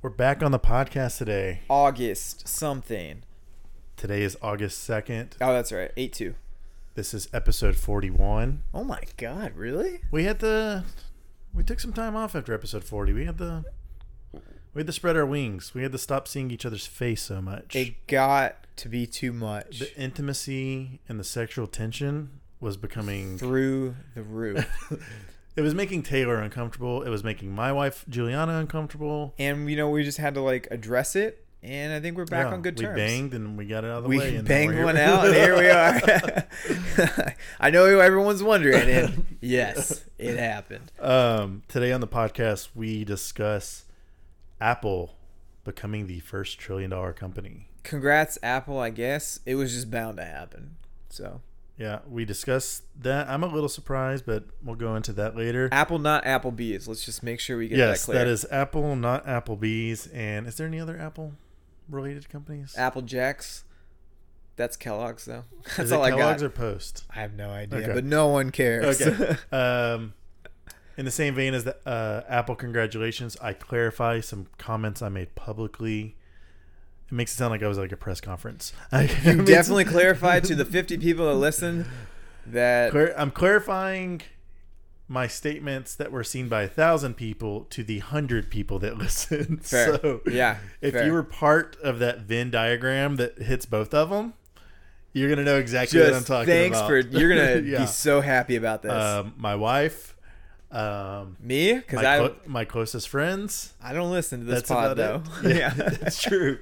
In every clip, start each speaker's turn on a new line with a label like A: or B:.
A: We're back on the podcast today.
B: August something.
A: Today is August 2nd.
B: Oh, that's right. 8 2.
A: This is episode 41.
B: Oh my god, really?
A: We had the we took some time off after episode 40. We had the we had to spread our wings. We had to stop seeing each other's face so much.
B: It got to be too much.
A: the intimacy and the sexual tension was becoming
B: Through the roof.
A: it was making Taylor uncomfortable. It was making my wife Juliana uncomfortable.
B: and, you know, we just had to, like, address it. And I think we're back
A: Yeah,
B: on good
A: we
B: terms.
A: banged and we got it out of the
B: We
A: way. and now we're
B: banged
A: here.
B: one out, and here we are. I know everyone's wondering. And yes, it happened.
A: Um, today on the podcast, we discuss Apple becoming the first trillion dollar company.
B: Congrats, Apple, I guess. It was just bound to happen. So,
A: Yeah, we discuss that. I'm a little surprised, but we'll go into that later.
B: Apple, not Applebee's. Let's just make sure we get
A: yes,
B: that clear.
A: that is Apple, not Applebee's. And is there any other Apple related companies?
B: Apple Jacks. That's Kellogg's though. That's
A: is
B: all
A: it
B: I
A: Kellogg's
B: got.
A: or Post?
B: I have no idea,
A: Okay.
B: but no one cares.
A: Okay. um, in the same vein as the, uh, Apple, congratulations. I clarify some comments I made publicly. It makes it sound like I was at, like a press conference. I
B: you definitely clarified to the 50 people that listened that
A: Clar- I'm clarifying my statements that were seen by a thousand people to the hundred people that listened.
B: Fair.
A: So
B: Yeah,
A: if
B: fair.
A: you were part of that Venn diagram that hits both of them, you're gonna know exactly what I'm
B: just
A: talking
B: thanks
A: about.
B: for you're gonna
A: Yeah.
B: be so happy about this.
A: Um, my wife, um,
B: Me? Because
A: my,
B: I
A: clo- my closest friends.
B: I don't listen to this
A: That's
B: pod though.
A: about it. Yeah, that's true.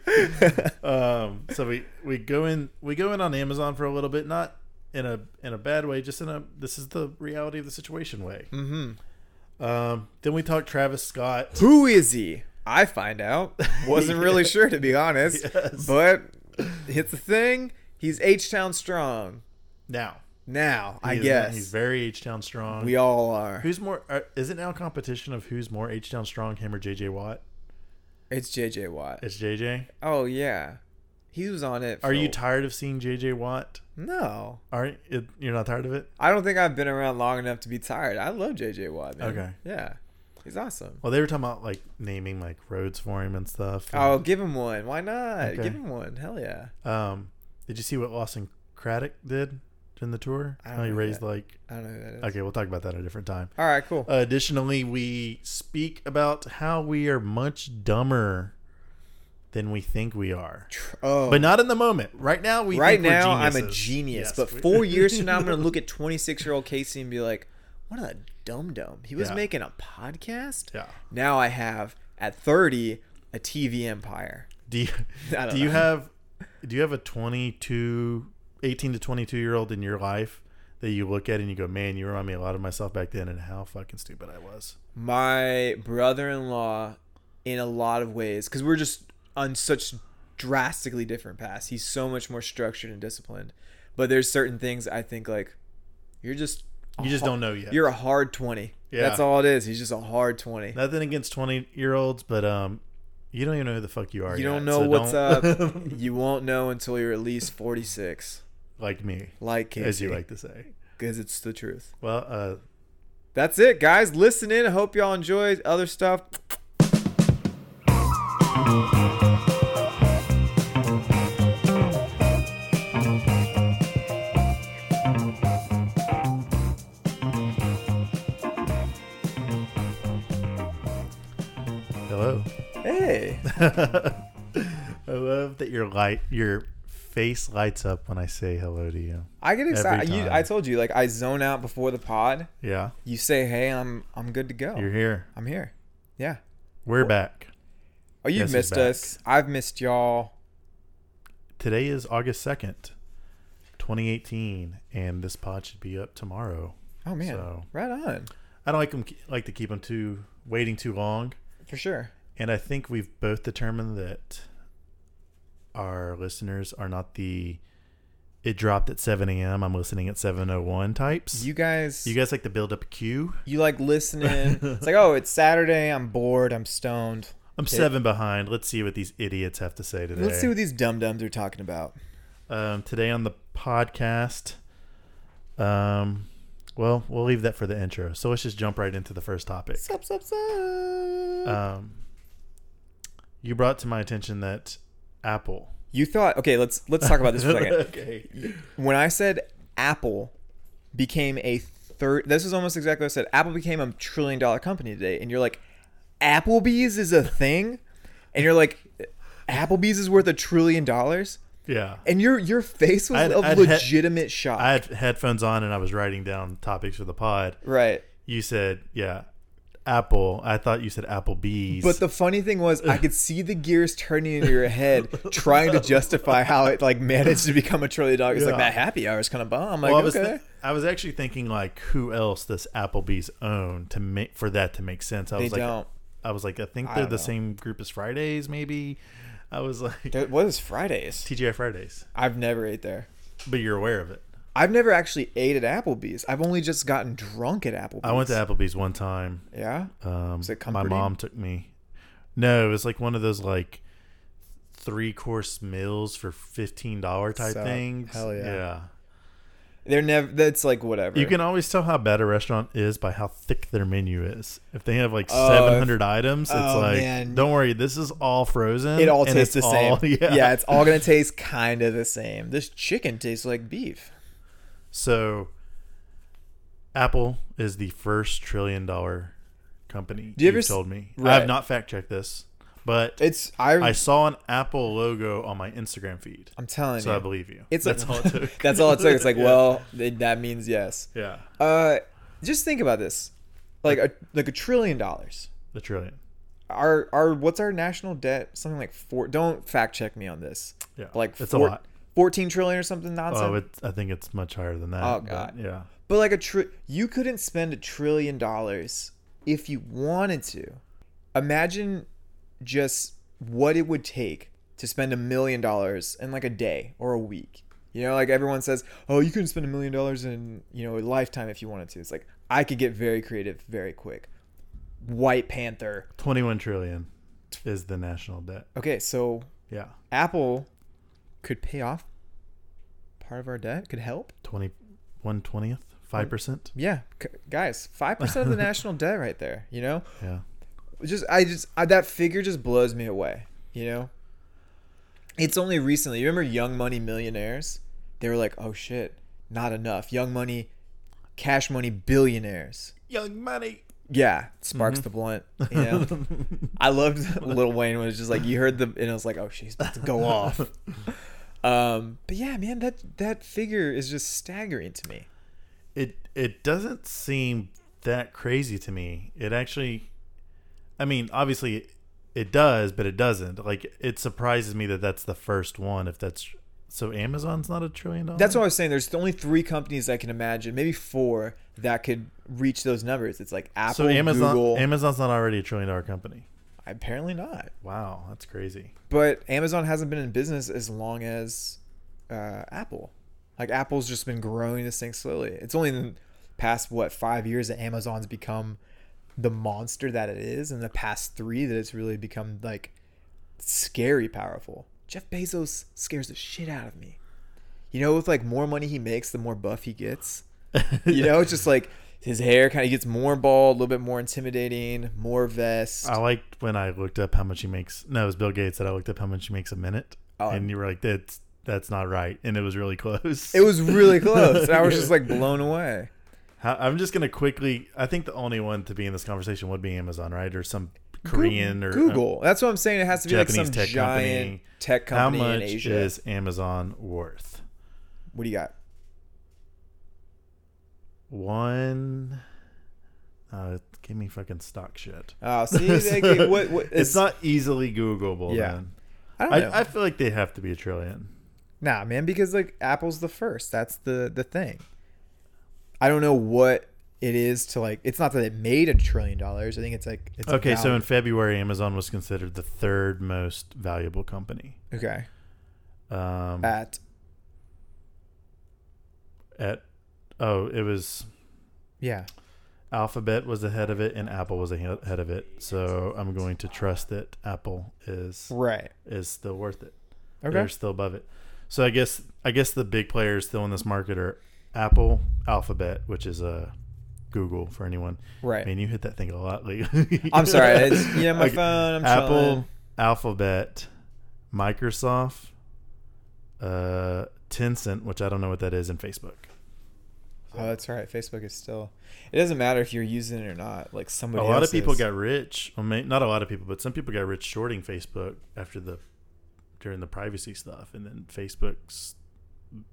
A: Um, so we we go in we go in on Amazon for a little bit, not in a in a bad way, just in a this is the reality of the situation way.
B: hmm
A: Um, then we talked Travis Scott.
B: Who is he? I find out. Wasn't really sure to be honest,
A: Yes.
B: but it's the thing. He's H Town strong
A: Now,
B: now. I
A: He is-
B: guess
A: he's very H Town strong.
B: we all are.
A: who's more? Uh, is it now a competition of who's more H Town strong, him or JJ Watt?
B: It's JJ Watt.
A: It's JJ.
B: Oh yeah, he was on it.
A: Are
B: for-
A: you tired of seeing JJ Watt?
B: no,
A: Are you, you're not tired of it?
B: I don't think I've been around long enough to be tired. I love JJ Watt. Man.
A: Okay.
B: Yeah, he's awesome.
A: Well, they were talking about like naming like roads for him and stuff.
B: Oh, give him one. Why not?
A: Okay.
B: Give him one. Hell yeah.
A: Um, did you see what Lawson Craddock did during the tour?
B: I don't
A: How he
B: know
A: raised
B: that.
A: like.
B: I don't know who that is.
A: Okay, Uh, we'll talk about that at a different time.
B: All right. Cool.
A: Additionally, we speak about how we are much dumber than we think we are,
B: Tr- oh,
A: but not in the moment. Right now, we
B: right
A: think we're
B: now I'm a
A: geniuses.
B: genius.
A: Yes,
B: but
A: we-
B: four years from now, I'm gonna look at 26 year old Casey and be like, "What a dum dum." He was
A: Yeah.
B: making a podcast.
A: yeah.
B: Now I have at 30 a TV empire.
A: Do you,
B: I don't
A: do you
B: know.
A: have do you have a 22, 18 to twenty two year old in your life that you look at and you go, man, you remind me a lot of myself back then and how fucking stupid I was.
B: my brother-in-law in a lot of ways because we're just on such drastically different paths he's so much more structured and disciplined but there's certain things i think like you're just a
A: You just
B: har-
A: don't know yet.
B: you're a hard 20
A: Yeah.
B: that's all it is he's just a hard 20
A: Nothing against twenty year olds, but um, you don't even know who the fuck you are.
B: you
A: yet,
B: don't know
A: so
B: what's
A: don't-
B: up you won't know until you're at least 46
A: like me,
B: like
A: as
B: Casey,
A: you like to say.
B: because it's the truth
A: Well, uh,
B: that's it guys listen in i hope y'all enjoyed other stuff
A: hello.
B: hey
A: I love that your light, your face lights up when I say hello to you.
B: i get excited you,
A: time.
B: i told you like i zone out before the pod
A: Yeah,
B: you say hey i'm i'm good to go
A: you're here.
B: i'm here yeah
A: We're back.
B: oh you've
A: Yes, he's
B: missed
A: back.
B: us i've missed y'all
A: Today is August second, 2018, and this pod should be up tomorrow.
B: oh man
A: So-
B: right on
A: I don't like them, like to keep them too waiting too long,
B: for sure
A: and I think we've both determined that our listeners are not the it dropped at 7 a.m. I'm listening at 7:01 types.
B: you guys
A: you
B: you,
A: guys like to build up a queue.
B: like listening it's like oh it's saturday i'm bored i'm stoned
A: I'm seven behind. Let's see what these idiots have to say today.
B: let's see what these dum dums are talking about
A: um, today on the podcast. Um, well, we'll leave that for the intro. Uh, So let's just jump right into the first topic.
B: sup sup sup
A: Um, You brought to my attention that Apple.
B: You thought okay, let's let's talk about this for a second.
A: okay.
B: When I said Apple became a third this is almost exactly what I said. Apple became a trillion dollar company today and you're like Applebee's is a thing? And you're like Applebee's is worth a trillion dollars?
A: Yeah.
B: And your your face was
A: I'd-
B: of
A: I'd had-
B: legitimate shock.
A: I had headphones on and I was writing down topics for the pod.
B: right.
A: You said, yeah, Apple. I thought you said Applebee's.
B: But the funny thing was, I could see the gears turning in your head, trying to justify how it like managed to become a trillion dollars. It's Like
A: Yeah.
B: that happy hour is kind of bomb. I'm like,
A: well, I was,
B: okay,
A: thi- I was actually thinking like, who else does Applebee's own to make for that to make sense? I
B: they
A: was like,
B: don't.
A: I was like, I think they're
B: don't
A: the
B: know.
A: same group as Fridays, maybe. I was like,
B: There- What is Fridays?
A: TGI Fridays,
B: I've never ate there.
A: but you're aware of it.
B: I've never actually ate at Applebee's. I've only just gotten drunk at Applebee's.
A: I went to Applebee's one time.
B: yeah.
A: Um,
B: it
A: my
B: comforting?
A: mom took me. No, it was like one of those like three course meals for fifteen dollar type
B: So,
A: things.
B: hell yeah. They're never. That's like whatever.
A: You can always tell how bad a restaurant is by how thick their menu is. If they have like
B: Oh,
A: seven hundred items, it's
B: oh,
A: like,
B: man.
A: don't worry, this is all frozen.
B: It all
A: and
B: tastes the
A: it's
B: same.
A: all-
B: yeah. yeah, it's all gonna taste kind of the same. This chicken tastes like beef.
A: So, Apple is the first trillion dollar company.
B: Do you ever
A: you've
B: s-
A: told me? I
B: Right.
A: have not fact checked this, but
B: It's I.
A: I saw an Apple logo on my Instagram feed,
B: am telling
A: so
B: you.
A: I believe you.
B: It's
A: that's
B: like,
A: all it took.
B: that's all it took. It's like,
A: Yeah.
B: well, th- that means yes.
A: yeah,
B: Uh, just think about this, like a like a trillion dollars.
A: the trillion.
B: Our our what's our national debt? Something like four. Don't fact check me on this.
A: Yeah,
B: Like
A: it's
B: four-
A: a lot.
B: Fourteen trillion or something nonsense.
A: Oh, it's, I think it's much higher than that.
B: Oh,
A: but
B: God.
A: yeah,
B: but like a tri- you couldn't spend a trillion dollars if you wanted to. Imagine just what it would take to spend a million dollars in like a day or a week. You know, like everyone says, "Oh, you couldn't spend a million dollars in you know a lifetime if you wanted to." It's like I could get very creative very quick. White Panther.
A: twenty-one trillion is the national debt.
B: Okay, so
A: Yeah,
B: Apple could pay off part of our debt. Could help.
A: twenty-one twentieth, five percent.
B: Yeah, c- guys, five percent of the national debt, right there. You know,
A: Yeah,
B: just I just I, that figure just blows me away. You know, it's only recently. You remember Young Money millionaires? They were like, oh shit, not enough. Young Money, Cash Money billionaires.
A: young money.
B: Yeah, sparks
A: Mm-hmm.
B: the blunt. You know, I loved Little Wayne was just like you heard the and I was like, oh shit, he's about to go off. Um, but yeah, man, that that figure is just staggering to me.
A: it it doesn't seem that crazy to me. It actually, I mean, obviously it does, but it doesn't. Like it surprises me that that's the first one. If that's so, Amazon's not a trillion dollars.
B: That's what I was saying. There's only three companies I can imagine, maybe four, that could reach those numbers. It's like Apple,
A: so Amazon
B: Google.
A: Amazon's not already a trillion dollar company.
B: apparently not.
A: Wow, that's crazy.
B: But Amazon hasn't been in business as long as uh, Apple. Like Apple's just been growing this thing slowly. It's only in the past what five years that Amazon's become the monster that it is, and the past three that it's really become like scary powerful. Jeff Bezos scares the shit out of me. You know, with like more money he makes, the more buff he gets. You know, it's just like his hair kind of gets more bald, a little bit more intimidating, more vest.
A: I liked when I looked up how much he makes. No, it was Bill Gates that I looked up how much he makes a minute,
B: Oh.
A: and you were like, "That's that's not right," and it was really close.
B: It was really close. and I was just like blown away.
A: How, I'm just gonna quickly. I think the only one to be in this conversation would be Amazon, right, or some Korean
B: Goo-
A: or uh, um,
B: Google. That's what I'm saying. It has to be like some
A: Japanese tech
B: giant
A: company.
B: tech
A: How
B: company
A: much
B: in Asia.
A: is Amazon worth?
B: what do you got?
A: One. Uh, give me fucking stock shit.
B: Oh, see, they, get- what, what,
A: it's, not easily Googleable.
B: Yeah.
A: man.
B: I don't know.
A: I, I feel like they have to be a trillion.
B: nah, man, because like Apple's the first. That's the the thing. I don't know what it is to like. It's not that it made a trillion dollars. I think it's like it's
A: Okay, so in
B: valid.
A: February, Amazon was considered the third most valuable company.
B: okay
A: Um,
B: at
A: at oh, it was
B: yeah
A: Alphabet was ahead of it and Apple was ahe- ahead of it. So I'm going to trust that Apple is
B: right
A: is still worth it.
B: okay
A: They're still above it. So I guess I guess the big players still in this market are Apple, Alphabet, which is uh, Google for anyone.
B: right.
A: Man, you hit that thing a lot lately.
B: I'm sorry. It's, you know my
A: Like,
B: phone. I'm
A: Apple,
B: Apple.
A: Alphabet, Microsoft, uh, Tencent, which I don't know what that is, and Facebook.
B: Oh, that's right. Facebook is still. It doesn't matter if you're using it or not. Like somebody.
A: a lot
B: else
A: of people
B: is.
A: got rich. Well, may, not a lot of people, but some people got rich shorting Facebook after the during the privacy stuff, and then Facebook's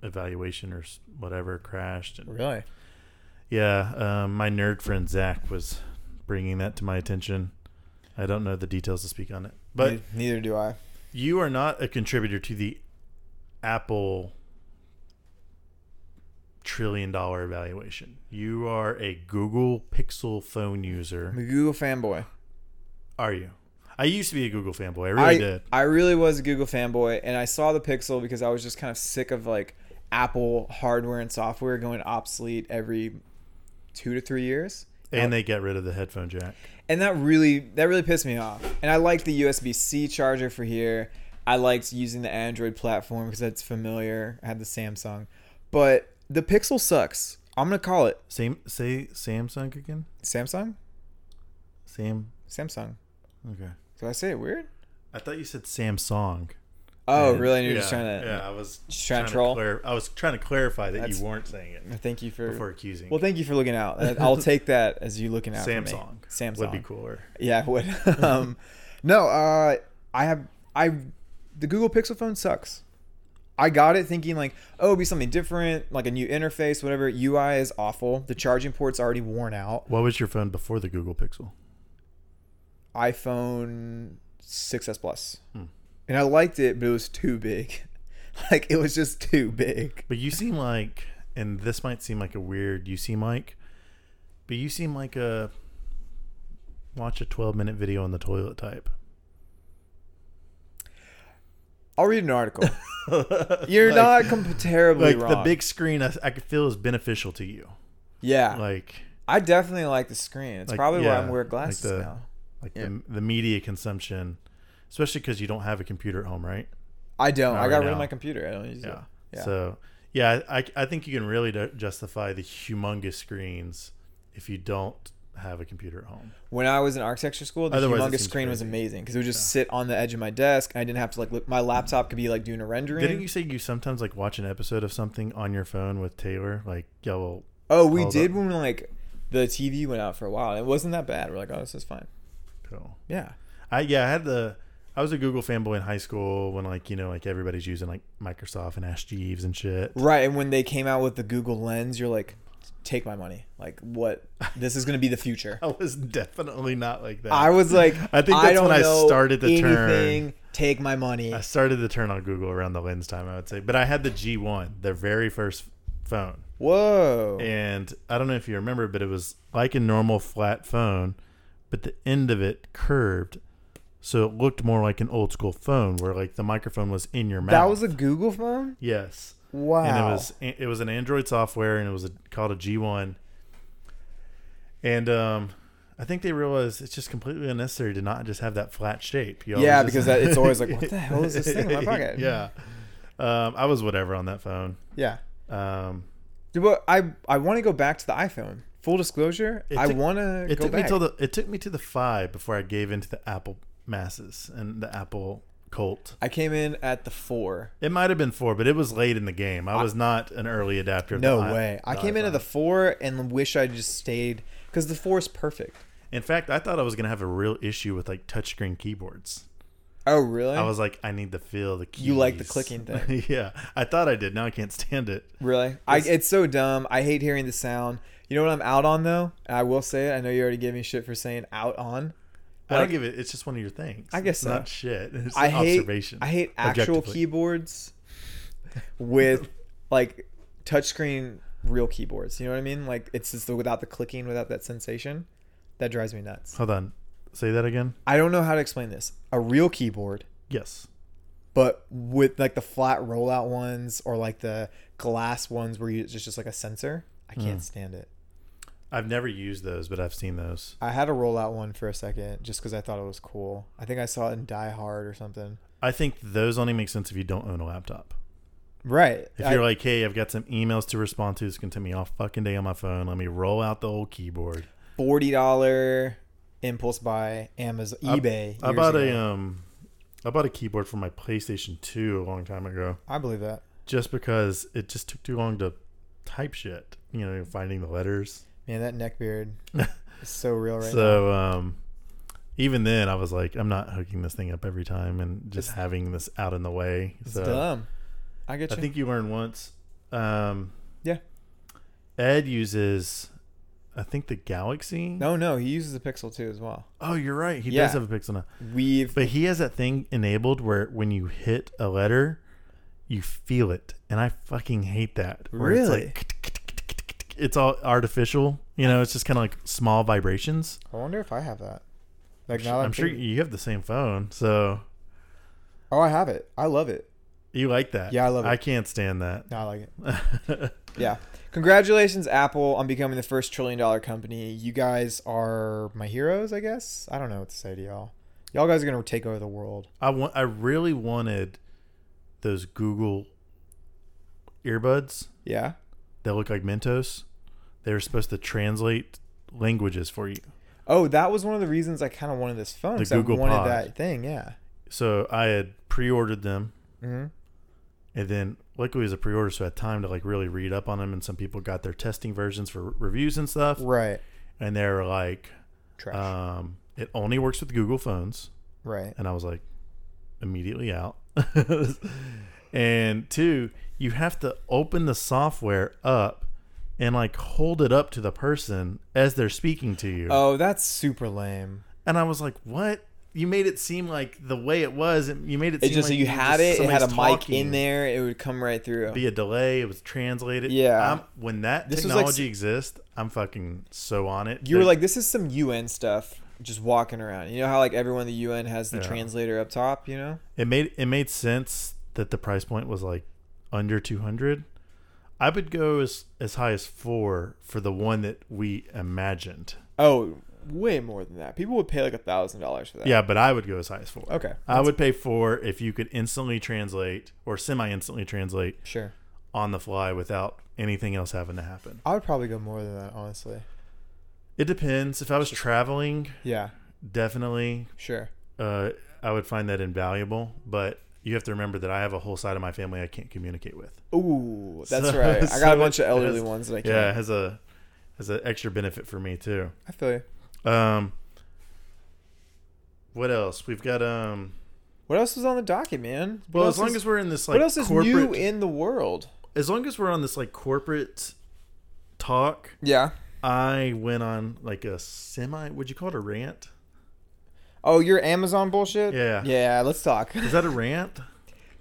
A: evaluation or s- whatever crashed. And
B: Really?
A: yeah, um, my nerd friend Zach was bringing that to my attention. I don't know the details to speak on it, but
B: Ne- neither do I.
A: you are not a contributor to the Apple trillion dollar evaluation. You are a Google Pixel phone
B: I'm
A: user.
B: a Google fanboy.
A: Are you? I used to be a Google fanboy. I really
B: I,
A: did.
B: I really was a Google fanboy, and I saw the Pixel because I was just kind of sick of like Apple hardware and software going obsolete every two to three years.
A: And they get rid of the headphone jack.
B: and that really that really pissed me off. And I liked the USB C charger for here. I liked using the Android platform because that's familiar. I had the Samsung, but the Pixel sucks. I'm gonna call it
A: Same say Samsung again?
B: Samsung.
A: Sam
B: Samsung.
A: okay.
B: Did I say it weird?
A: I thought you said Samsung.
B: Oh,
A: And-
B: really? You're
A: yeah,
B: just trying to.
A: Yeah, I was
B: Just trying to troll?
A: clar- I was trying to clarify that
B: That's-
A: you weren't saying it
B: Thank you for.
A: before accusing.
B: well, thank you for looking out. That- I'll take that as you looking out. for me.
A: Samsung.
B: Samsung
A: would be cooler.
B: Yeah, it would. um, no, uh, I have I the Google Pixel phone sucks. I got it thinking like, oh, it'd be something different, like a new interface, whatever. UI is awful. The charging port's already worn out.
A: What was your phone before the Google Pixel?
B: iPhone 6s Plus.
A: Hmm.
B: And I liked it, but it was too big. like it was just too big.
A: But you seem like, and this might seem like a weird, you seem like, but you seem like a watch a 12 minute video on the toilet type.
B: I'll read an article. You're not comp- terribly
A: like
B: wrong.
A: the big screen. I, I could feel is beneficial to you.
B: yeah,
A: Like
B: I definitely like the screen. It's
A: Like,
B: probably why
A: yeah,
B: I'm wearing
A: like
B: glasses
A: the-
B: now.
A: like
B: Yeah.
A: the, the media consumption, especially because you don't have a computer at home, right?
B: I don't.
A: Not
B: I got
A: right
B: rid of
A: now.
B: my computer. I don't use it. Yeah.
A: So yeah, I I think you can really ju- justify the humongous screens if you don't have a computer at home.
B: when I was in architecture school, the
A: Otherwise, it
B: humongous
A: seems
B: screen was
A: crazy.
B: amazing because it would just sit on the edge of my desk. And I didn't have to like look. My laptop could be like doing a rendering.
A: Didn't you say you sometimes like watch an episode of something on your phone with Taylor? Like, yeah, well,
B: oh, we
A: Hold
B: did
A: up.
B: when like the TV went out for a while. It wasn't that bad. We're like, oh, this is fine.
A: cool.
B: Yeah,
A: I yeah, I had the I was a Google fanboy in high school when like you know like everybody's using like Microsoft and Ash Jeeves and shit.
B: right. And when they came out with the Google Lens, you're like, take my money. Like, what? This is gonna be the future.
A: I was definitely not like that.
B: I was like,
A: I think that's
B: don't
A: when I
B: know
A: started the turn.
B: anything. Take my money.
A: I started to turn on Google around the lens time, I would say. But I had the G1, their very first phone.
B: Whoa.
A: And I don't know if you remember, but it was like a normal flat phone, but the end of it curved. So it looked more like an old school phone where like the microphone was in your mouth.
B: that was a Google phone.
A: Yes.
B: Wow.
A: And it was it was an Android software, and it was a, called a G1. And um, I think they realized it's just completely unnecessary to not just have that flat shape. You
B: Yeah,
A: always
B: because
A: just-
B: that, it's always like, what the hell is this thing in my pocket?
A: yeah. Um, I was whatever on that phone.
B: Yeah.
A: Um,
B: Dude, But I I want to go back to the iPhone. Full disclosure,
A: It
B: I
A: took-
B: want to
A: it
B: go
A: took
B: back.
A: me till the it took me to the five before I gave in to the Apple masses and the Apple cult.
B: I came in at the four.
A: It might have been four, but it was late in the game. I was not an early adapter. Of
B: No
A: the i-
B: way. I
A: the
B: came in at
A: iPhone.
B: the four and wish I just stayed because the four is perfect.
A: In fact, I thought I was gonna have a real issue with like touchscreen keyboards.
B: Oh really?
A: I was like, I need to feel the keys.
B: You like the clicking thing.
A: yeah, I thought I did. Now I can't stand it.
B: really? I, it's so dumb. I hate hearing the sound. You know what I'm out on though, and I will say it. I know you already gave me shit for saying out on.
A: I
B: Like-
A: don't give it. It's just one of your things.
B: I guess
A: it's
B: so.
A: not shit. It's
B: I hate
A: observation.
B: I hate actual
A: objectively.
B: keyboards with like touchscreen real keyboards. You know what I mean? Like it's just the, without the clicking, without that sensation. That drives me nuts.
A: Hold on. Say that again.
B: I don't know how to explain this. A real keyboard,
A: Yes.
B: but with like the flat rollout ones or like the glass ones where you, it's just like a sensor. I
A: Hmm.
B: can't stand it.
A: I've never used those, but I've seen those.
B: I had a rollout one for a second just because I thought it was cool. I think I saw it in Die Hard or something.
A: I think those only make sense if you don't own a laptop.
B: Right.
A: If
B: I-
A: you're like, hey, I've got some emails to respond to. It's gonna take me all fucking day on my phone. Let me roll out the old keyboard.
B: forty dollar impulse buy Amazon
A: I-
B: eBay.
A: I
B: years
A: bought
B: ago.
A: a um I bought a keyboard for my PlayStation 2 a long time ago
C: I believe that.
A: just because it just took too long to type shit, you know, finding the letters.
C: Man, that neck beard is so real right now.
A: so um even then I was like I'm not hooking this thing up every time and just
C: It's-
A: having this out in the way.
C: It's
A: So
C: dumb. I get
A: I
C: you.
A: think you learn once. Um
C: Yeah.
A: Ed uses I think the Galaxy.
C: No, no, he uses the Pixel too as well.
A: Oh, you're right. He
B: Yeah.
A: does have a Pixel now.
B: We've
A: But he has that thing enabled where when you hit a letter, you feel it, and I fucking hate that. where It's,
B: Really?
A: like, it's all artificial. You know, it's just kind of like small vibrations.
C: I wonder if I have that. Like now, that
A: I'm sure
C: thinking-
A: you have the same phone, so
C: Oh, I have it. I love it.
A: you like that.
C: Yeah, I love it.
A: I can't stand that.
C: No, I like it.
B: yeah.
C: Congratulations, Apple, on becoming the first trillion dollar company. You guys are my heroes, I guess. I don't know what to say to y'all. Y'all guys are gonna take over the world.
A: I want. I really wanted those Google earbuds
C: Yeah.
A: that look like Mentos. They were supposed to translate languages for you.
C: Oh, that was one of the reasons I kind of wanted this phone.
A: The
C: 'cause I
A: Google
C: wanted
A: Pod.
C: that thing. Yeah.
A: So I had pre-ordered them
C: hmm
A: Mm-hmm. And then luckily it was a pre-order, so I had time to like really read up on them. And some people got their testing versions for re- reviews and stuff.
C: Right.
A: And they're like,
C: Trash.
A: um, it only works with Google phones.
C: right.
A: And I was like, immediately out. and two, you have to open the software up and like hold it up to the person as they're speaking to you.
C: Oh, that's super lame.
A: And I was like, what? You made it seem like the way it was. and You made it.
B: It's
A: seem
B: just
A: like
B: that you had it. It had a
A: somebody's
B: mic in
A: talking.
B: there. It would come right through.
A: be a delay. It was translated.
B: Yeah.
A: I'm, when that
B: This was like
A: technology exists, I'm fucking so on it.
B: You were
A: That-
B: like, this is some UN stuff. Just walking around. You know how like everyone in the UN has the
A: Yeah.
B: translator up top. You know.
A: it made it made sense that the price point was like under 200. I would go as as high as four for the one that we imagined.
B: Oh, way more than that. People would pay like a thousand dollars for that.
A: Yeah, but I would go as high as four.
B: Okay.
A: I would pay four if you could instantly translate or semi instantly translate
C: Sure.
A: on the fly without anything else having to happen.
C: I would probably go more than that, honestly.
A: It depends. If I was traveling,
C: Yeah.
A: definitely
C: Sure.
A: uh, I would find that invaluable. But you have to remember that I have a whole side of my family I can't communicate with.
B: Ooh, that's
A: So-
B: right. I got
A: so
B: a bunch of
A: it
B: elderly
A: has-
B: ones that I can't.
A: Yeah, it has a has an extra benefit for me too.
C: I feel you.
A: Um, what else? We've got um.
B: What else was on the docket, man? What
A: Well,
B: else
A: as long
B: is-
A: as we're in this like
B: what else is
A: corporate,
B: new in the world?
A: as long as we're on this like corporate talk,
B: Yeah.
A: I went on like a semi. Would you call it a rant?
C: Oh, your Amazon bullshit?
A: Yeah.
C: Yeah, let's talk.
A: Is that a rant?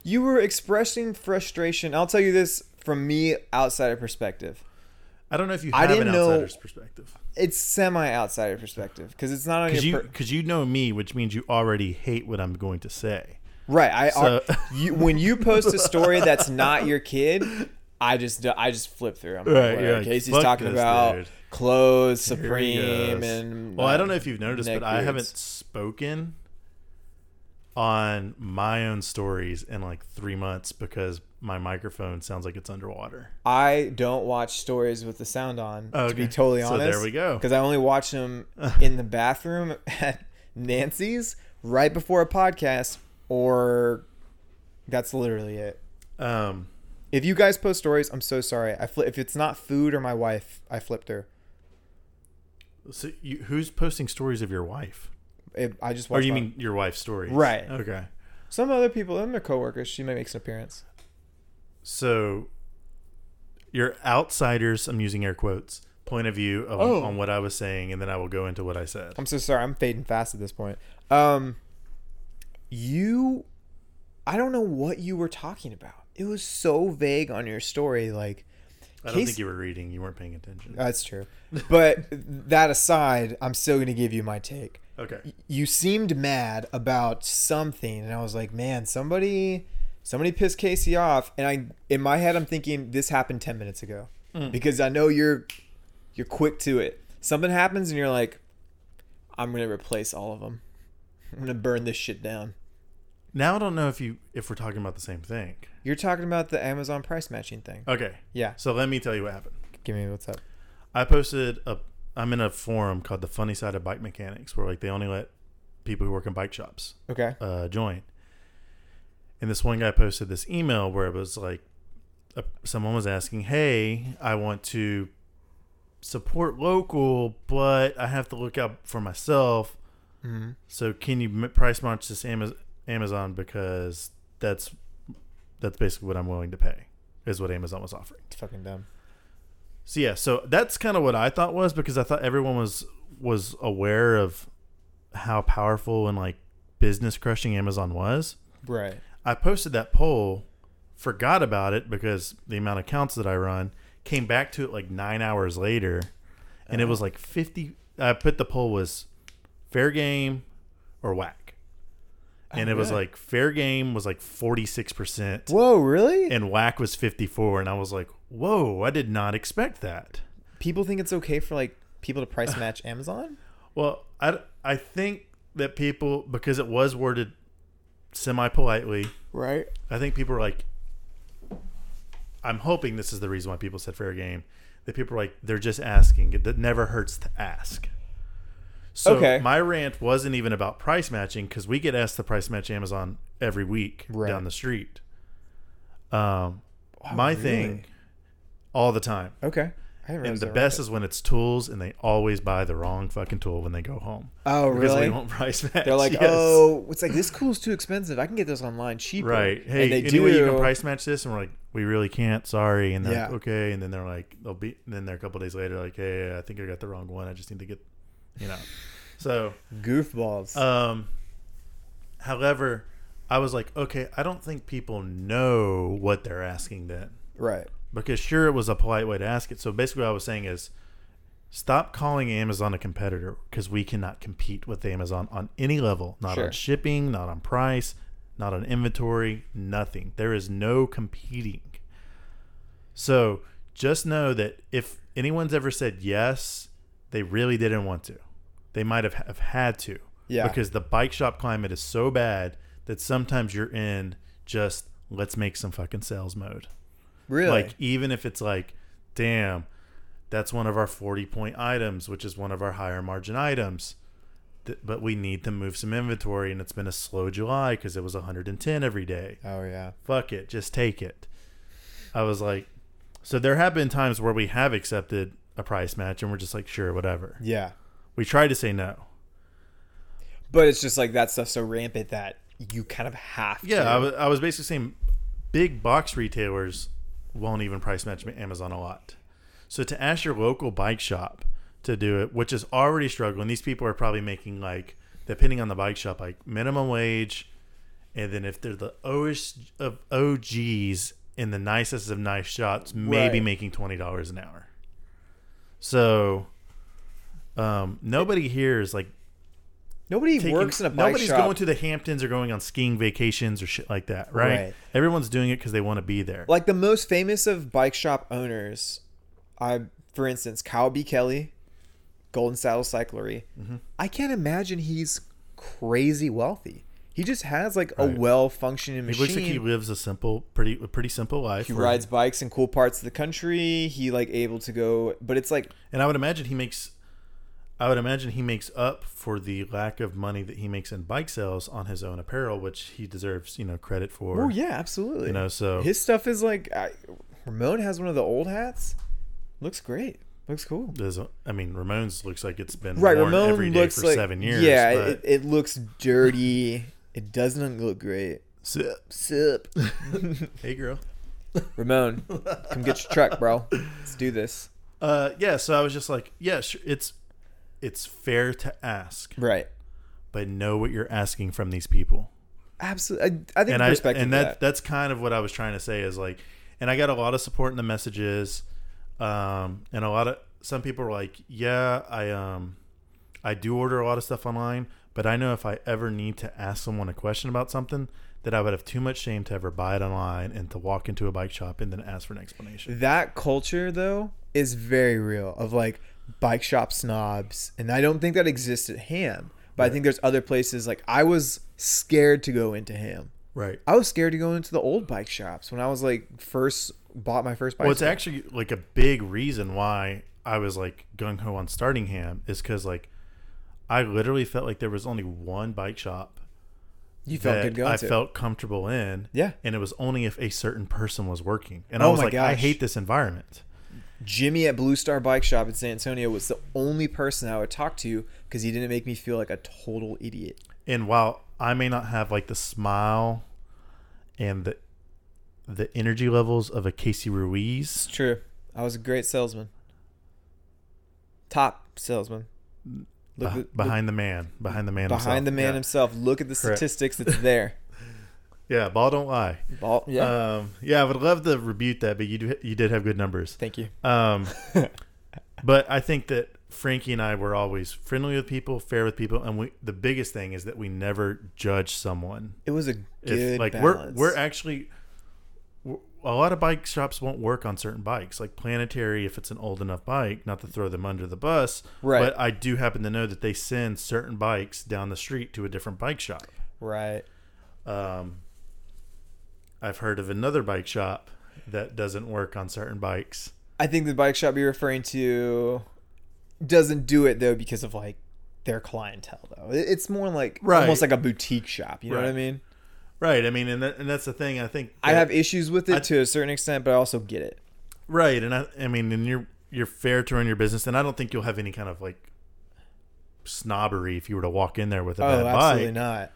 B: You were expressing frustration. I'll tell you this from me outsider perspective.
A: I don't know if you
B: I
A: have
B: didn't
A: an
B: know-
A: outsider's perspective
B: It's semi outsider perspective because it's not on
A: because
B: your
A: you
B: per-
A: because you know me, which means you already hate what I'm going to say.
B: right. I
A: So-
B: you, when you post a story that's not your kid, I just do- I just flip through. I'm
A: Right,
B: like,
A: you're
B: "Whatever."
A: like,
B: Casey's
A: "Fuck
B: talking
A: this,
B: about
A: dude."
B: clothes,
A: Here he
B: Supreme,
A: goes.
B: and
A: well,
B: uh,
A: I don't know if you've noticed,
B: neck
A: but I haven't
B: beards.
A: spoken on my own stories in like three months because my microphone sounds like it's underwater.
B: I don't watch stories with the sound on. To be
A: Okay.
B: totally
A: So
B: honest,
A: there we go.
B: Because I only watch them in the bathroom at Nancy's right before a podcast, or
C: That's literally it.
A: Um,
C: If you guys post stories, I'm so sorry. I flip if it's not food or my wife, I flipped her.
A: so you, who's posting stories of your wife?
C: It, I just
A: Or
C: watched
A: you
C: my-
A: mean your wife's stories?
C: Right.
A: Okay.
C: some other people and their coworkers. She might make an appearance.
A: So your outsiders, I'm using air quotes, point of view of,
C: Oh.
A: on what I was saying, and then I will go into what I said.
C: I'm so sorry. I'm fading fast at this point. Um,
B: you I don't know what you were talking about. It was so vague on your story, like
A: I don't
B: Casey-
A: think you were reading. You weren't paying attention.
C: that's true. But that aside, I'm still gonna give you my take.
A: Okay.
C: You seemed mad about something, and I was like, man, somebody, somebody pissed Casey off. And I, in my head, I'm thinking this happened ten minutes ago
B: because I know you're you're quick to it. Something happens and you're like, I'm gonna replace all of them. I'm gonna burn this shit down.
A: Now I don't know if you if we're talking about the same thing.
C: You're talking about the Amazon price matching thing.
A: Okay.
C: Yeah.
A: So let me tell you what happened.
C: Give me what's up.
A: I posted a. I'm in a forum called the Funny Side of Bike Mechanics, where like they only let people who work in bike shops
C: Okay.
A: uh, join. And this one guy posted this email where it was like, uh, someone was asking, "Hey, I want to support local, but I have to look out for myself.
B: Mm-hmm.
A: So can you m- price match this Amaz- Amazon because that's that's basically what I'm willing to pay is what Amazon was offering."
B: It's fucking dumb.
A: So yeah, so that's kind of what I thought was because I thought everyone was was aware of how powerful and like business crushing Amazon was.
B: Right.
A: I posted that poll, forgot about it because the amount of counts that I run came back to it like nine hours later, and it was like fifty. I put the poll was fair game or whack, and
D: Oh,
A: it was
D: really?
A: like fair game was like forty six percent,
B: Whoa, really?
A: and whack was fifty four, and I was like, whoa, I did not expect that.
B: people think it's okay for like people to price match Amazon?
A: Well, I, I think that people, because it was worded semi politely,
B: Right.
A: I think people were like, I'm hoping this is the reason why people said fair game. That people were like, they're just asking. It that never hurts to ask. So
D: Okay.
A: my rant wasn't even about price matching because we get asked to price match Amazon every week
B: Right.
A: down the street. Um, my thing, all the time.
B: Okay. I didn't
A: And
B: realize
A: the
B: that
A: best
B: ranked
A: is when it's tools, and they always buy the wrong fucking tool when they go home.
B: it. oh
A: Because
B: really?
A: we don't price match.
B: They're like,
A: yes.
B: oh, it's like this cool's too expensive. I can get this online cheaper.
A: right. Hey,
B: and they
A: any
B: do.
A: way you can price match this? And we're like, we really can't. Sorry. And they're like,
B: Yeah.
A: okay. And then they're like, they'll be. And then they're a couple days later, like, hey, I think I got the wrong one. I just need to get, you know. So,
B: goofballs.
A: um, however, I was like, okay, I don't think people know what they're asking then.
B: right.
A: because sure it was a polite way to ask it. So basically, what I was saying is, stop calling Amazon a competitor because we cannot compete with Amazon on any level. Not
B: Sure.
A: on shipping, not on price, not on inventory, nothing. There is no competing. So just know that if anyone's ever said yes, they really didn't want to. They might have, have had to.
B: Yeah.
A: Because the bike shop climate is so bad that sometimes you're in just let's make some fucking sales mode.
B: Really?
A: Like even if it's like, damn, that's one of our forty point items, which is one of our higher margin items. Th- but we need to move some inventory, and it's been a slow July because it was 110 every day.
B: oh yeah.
A: Fuck it, just take it. I was like, so there have been times where we have accepted a price match, and we're just like, sure, whatever.
B: Yeah.
A: We try to say no.
B: But it's just like that stuff's so rampant that you kind of have
A: Yeah,
B: to.
A: I was I was basically saying big box retailers won't even price match Amazon a lot. So to ask your local bike shop to do it, which is already struggling, these people are probably making like depending on the bike shop, like minimum wage, and then if they're the OS of OGs in the nicest of nice shops, maybe
B: Right.
A: making twenty dollars an hour. So um, nobody here is like
B: Nobody
A: taking-
B: works in a bike
A: nobody's
B: shop.
A: going to the Hamptons or going on skiing vacations or shit like that, right?
B: Right.
A: Everyone's doing it because they want to be there.
B: like the most famous of bike shop owners, I for instance, Kyle B. Kelly, Golden Saddle Cyclery.
A: Mm-hmm.
B: I can't imagine he's crazy wealthy. He just has like
A: Right.
B: a well functioning
A: It
B: machine.
A: looks like he lives a simple, pretty, a pretty simple life.
B: he
A: where-
B: rides bikes in cool parts of the country. He like able to go, but it's like
A: and I would imagine he makes. I would imagine he makes up for the lack of money that he makes in bike sales on his own apparel, which he deserves, you know, credit for.
B: oh yeah, absolutely.
A: You know, so
B: His stuff is like I, Ramon has one of the old hats. Looks great. Looks cool.
A: there's a- I mean, Ramones looks like it's been
B: Right,
A: worn
B: Ramon
A: every day
B: looks
A: for
B: like
A: seven years.
B: Yeah,
A: but-
B: it, it looks dirty. it doesn't look great.
A: So-
B: Sup,
A: hey, girl.
B: Ramon, come get your truck, bro. Let's do this.
A: Uh, yeah. So I was just like, yeah, sure, it's it's fair to ask.
B: Right.
A: but know what you're asking from these people.
B: Absolutely. I, I think
A: And I
B: perspective.
A: and
B: that,
A: that, that's kind of what I was trying to say is like, and I got a lot of support in the messages, um, and a lot of some people were like, yeah, I um, I do order a lot of stuff online, but I know if I ever need to ask someone a question about something, that I would have too much shame to ever buy it online and to walk into a bike shop and then ask for an explanation.
B: that culture though is very real of like bike shop snobs, and I don't think that exists at Ham. But I think there's other places. Like I was scared to go into Ham.
A: Right.
B: I was scared to go into the old bike shops when I was like first bought my first bike.
A: Well, it's actually like a big reason why I was like gung ho on starting Ham is because like I literally felt like there was only one bike shop
E: You felt
A: that
E: good going
A: I
E: to.
A: felt comfortable in.
B: Yeah.
A: And it was only if a certain person was working. And I
B: Oh
A: was
B: my
A: like, I
B: gosh.
A: hate this environment.
B: Jimmy at Blue Star Bike Shop in San Antonio was the only person I would talk to because he didn't make me feel like a total idiot.
A: And while I may not have like the smile and the the energy levels of a Casey Ruiz,
B: It's true. I was a great salesman. Top salesman. Look,
A: beh-
B: at- look-
A: behind the man, behind the man,
B: behind
A: himself.
B: the man
A: yeah.
B: himself. Look at the
A: Correct.
B: statistics that's there.
A: Yeah, ball don't lie.
B: Ball, yeah.
A: Um, yeah, I would love to rebuke that, but you do, you did have good numbers.
B: Thank you.
A: Um, but I think that Frankie and I were always friendly with people, fair with people, and we the biggest thing is that we never judge someone.
B: It was a good
A: If like
B: balance.
A: we're we're actually we're- a lot of bike shops won't work on certain bikes, like Planetary, if it's an old enough bike, not to throw them under the bus.
B: Right.
A: But I do happen to know that they send certain bikes down the street to a different bike shop.
B: right.
A: Um, I've heard of another bike shop that doesn't work on certain bikes.
B: I think the bike shop you're referring to doesn't do it though because of like their clientele though. It- It's more like
A: Right.
B: almost like a boutique shop. You know what I
A: Right.
B: mean?
A: Right. I mean, and, that, and that's the thing. I think
B: I
A: that-
B: have issues with it
A: I-
B: to a certain extent, but I also get it.
A: right, and I, I mean, and you're you're fair to run your business, and I don't think you'll have any kind of like snobbery if you were to walk in there with a
B: Oh,
A: bad bike.
B: absolutely not.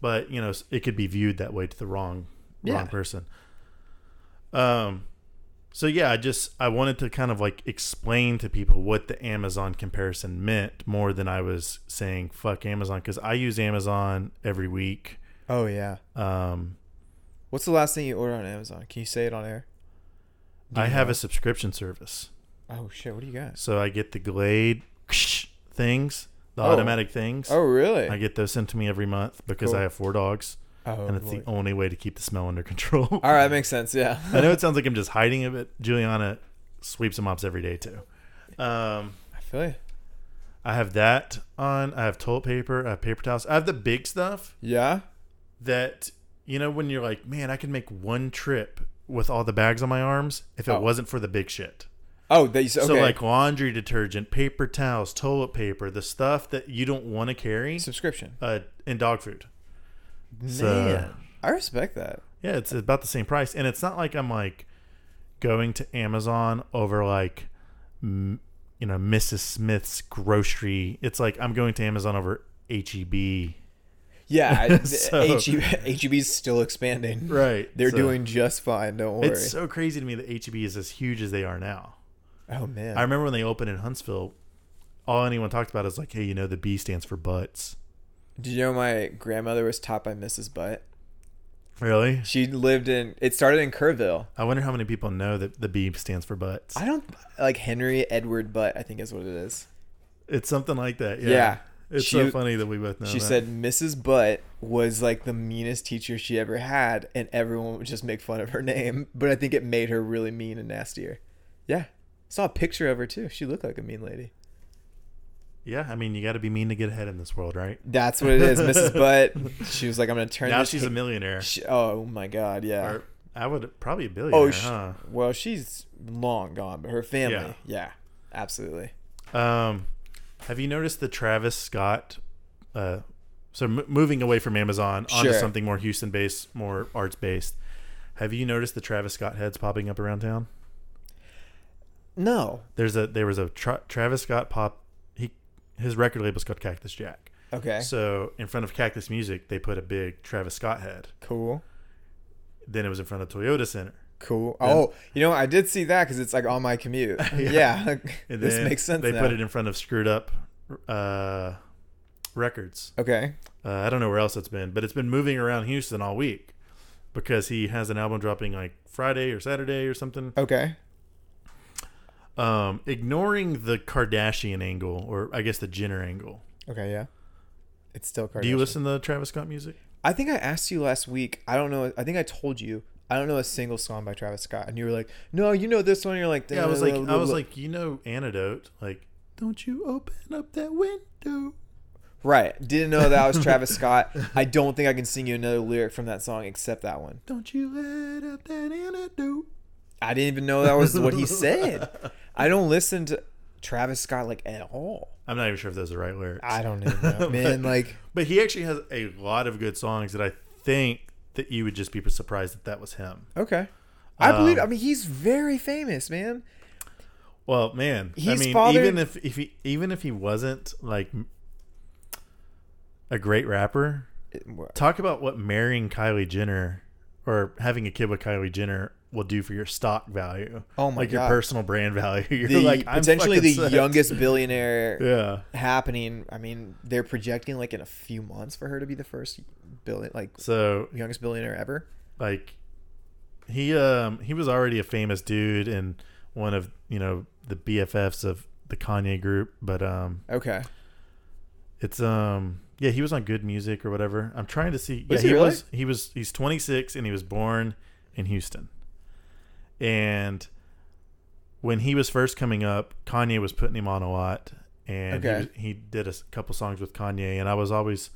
A: But you know, it could be viewed that way to the wrong
B: Yeah.
A: wrong person. Um. So yeah, I just I wanted to kind of like explain to people what the Amazon comparison meant more than I was saying fuck Amazon because I use Amazon every week.
B: Oh yeah.
A: Um,
B: What's the last thing you order on Amazon? Can you say it on air?
A: I have a subscription service.
B: Oh shit, what do you got?
A: So I get the Glade things, the
B: Oh.
A: automatic things.
B: Oh really?
A: I get those sent to me every month because
B: Cool.
A: I have four dogs,
B: oh,
A: and it's
B: Lord.
A: the only way to keep the smell under control.
B: All right, makes sense. Yeah.
A: I know it sounds like I'm just hiding it, but Juliana sweeps and mops every day too. Um,
B: I feel you.
A: I have that on. I have toilet paper. I have paper towels. I have the big stuff
B: Yeah.
A: that you know when you're like, man, I can make one trip with all the bags on my arms if it
B: Oh.
A: wasn't for the big shit.
B: Oh, that you said.
A: So
B: Okay.
A: like laundry detergent, paper towels, toilet paper, the stuff that you don't want to carry,
B: subscription.
A: uh, and dog food. So-
B: Man, I respect that.
A: Yeah, it's about the same price, and it's not like I'm like going to Amazon over like m- you know Mrs. Smith's grocery. It's like I'm going to Amazon over E HEB.
B: Yeah, I- E,
A: So-
B: HEB HEB is still expanding.
A: Right.
B: They're doing just fine. Don't worry.
A: It's so crazy to me that HEB is as huge as they are now.
B: oh man.
A: I remember when they opened in Huntsville, all anyone talked about is like, hey, you know, the B stands for butts.
B: Did you know my grandmother was taught by Mrs. Butt?
A: Really?
B: She lived in. It started in Kerrville.
A: I wonder how many people know that the B stands for butts.
B: I don't like Henry Edward Butt. I think is what it is.
A: It's something like that. Yeah.
B: Yeah.
A: It's
B: She-
A: so funny that we both know.
B: She
A: that.
B: said Mrs. Butt was like the meanest teacher she ever had, and everyone would just make fun of her name. But I think it made her really mean and nastier. Yeah, saw a picture of her too. She looked like a mean lady.
A: "Yeah, I mean, you got to be mean to get ahead in this world, right?"
B: That's what it is, Mrs. Butt. She was like, "I'm gonna turn."
A: Now
B: this
A: she's a millionaire.
B: She, oh my god, yeah.
A: Or I would probably a billionaire.
B: oh, she,
A: huh?
B: well, she's long gone, but her family,
A: Yeah.
B: yeah, absolutely.
A: Um, have you noticed the Travis Scott? Uh, so m- moving away from Amazon onto
B: Sure.
A: something more Houston-based, more arts-based. Have you noticed the Travis Scott heads popping up around town?
B: No.
A: There's a there was a tra- Travis Scott pop. He his record label's called Cactus Jack.
B: Okay.
A: So in front of Cactus Music, they put a big Travis Scott head.
B: cool.
A: Then it was in front of Toyota Center.
B: Cool. Oh, you know, I did see that because it's like on my commute. yeah,
A: And
B: this
A: then
B: makes sense.
A: They
B: now.
A: put it in front of Screwed Up uh, Records.
B: Okay.
A: Uh, I don't know where else it's been, but it's been moving around Houston all week because he has an album dropping like Friday or Saturday or something.
B: Okay.
A: Um, ignoring the Kardashian angle, or I guess the Jenner angle.
B: Okay. Yeah. It's still. Kardashian.
A: Do you listen to Travis Scott music?
B: I think I asked you last week. I don't know. I think I told you. I don't know a single song by Travis Scott, and you were like, "No, you know this one." You're like,
A: Yeah, I was like, I was like, you know, antidote. Like, don't you open up that window?
B: right. Didn't know that was Travis Scott. I don't think I can sing you another lyric from that song except that one.
A: Don't you let out that antidote?
B: I didn't even know that was what he said. I don't listen to Travis Scott like at all.
A: I'm not even sure if those are the right lyrics.
B: I don't even know, man. Like,
A: But he actually has a lot of good songs that I think that you would just be surprised that that was him.
B: okay, I believe.
A: Um,
B: I mean, he's very famous, man.
A: Well, man, I
B: He's
A: mean,
B: fathered-
A: even if if he even if he wasn't like m- a great rapper, talk about what marrying Kylie Jenner or having a kid with Kylie Jenner will do for your stock value.
B: Oh my
A: like
B: God.
A: your personal brand value. You're
B: The,
A: like I'm
B: potentially
A: fucking
B: the
A: set.
B: youngest billionaire
A: Yeah.
B: happening. I mean, they're projecting like in a few months for her to be the first billion, like
A: So
B: youngest billionaire ever.
A: like he um he was already a famous dude and one of you know the BFFs of the Kanye group, but um
B: Okay,
A: it's um yeah he was on Good Music or whatever. I'm trying to see. Yeah,
B: Was he really?
A: was he was he's 26 and he was born in Houston, and when he was first coming up, Kanye was putting him on a lot, and he,
B: Okay.
A: was- he did a s- couple songs with Kanye, and I was always,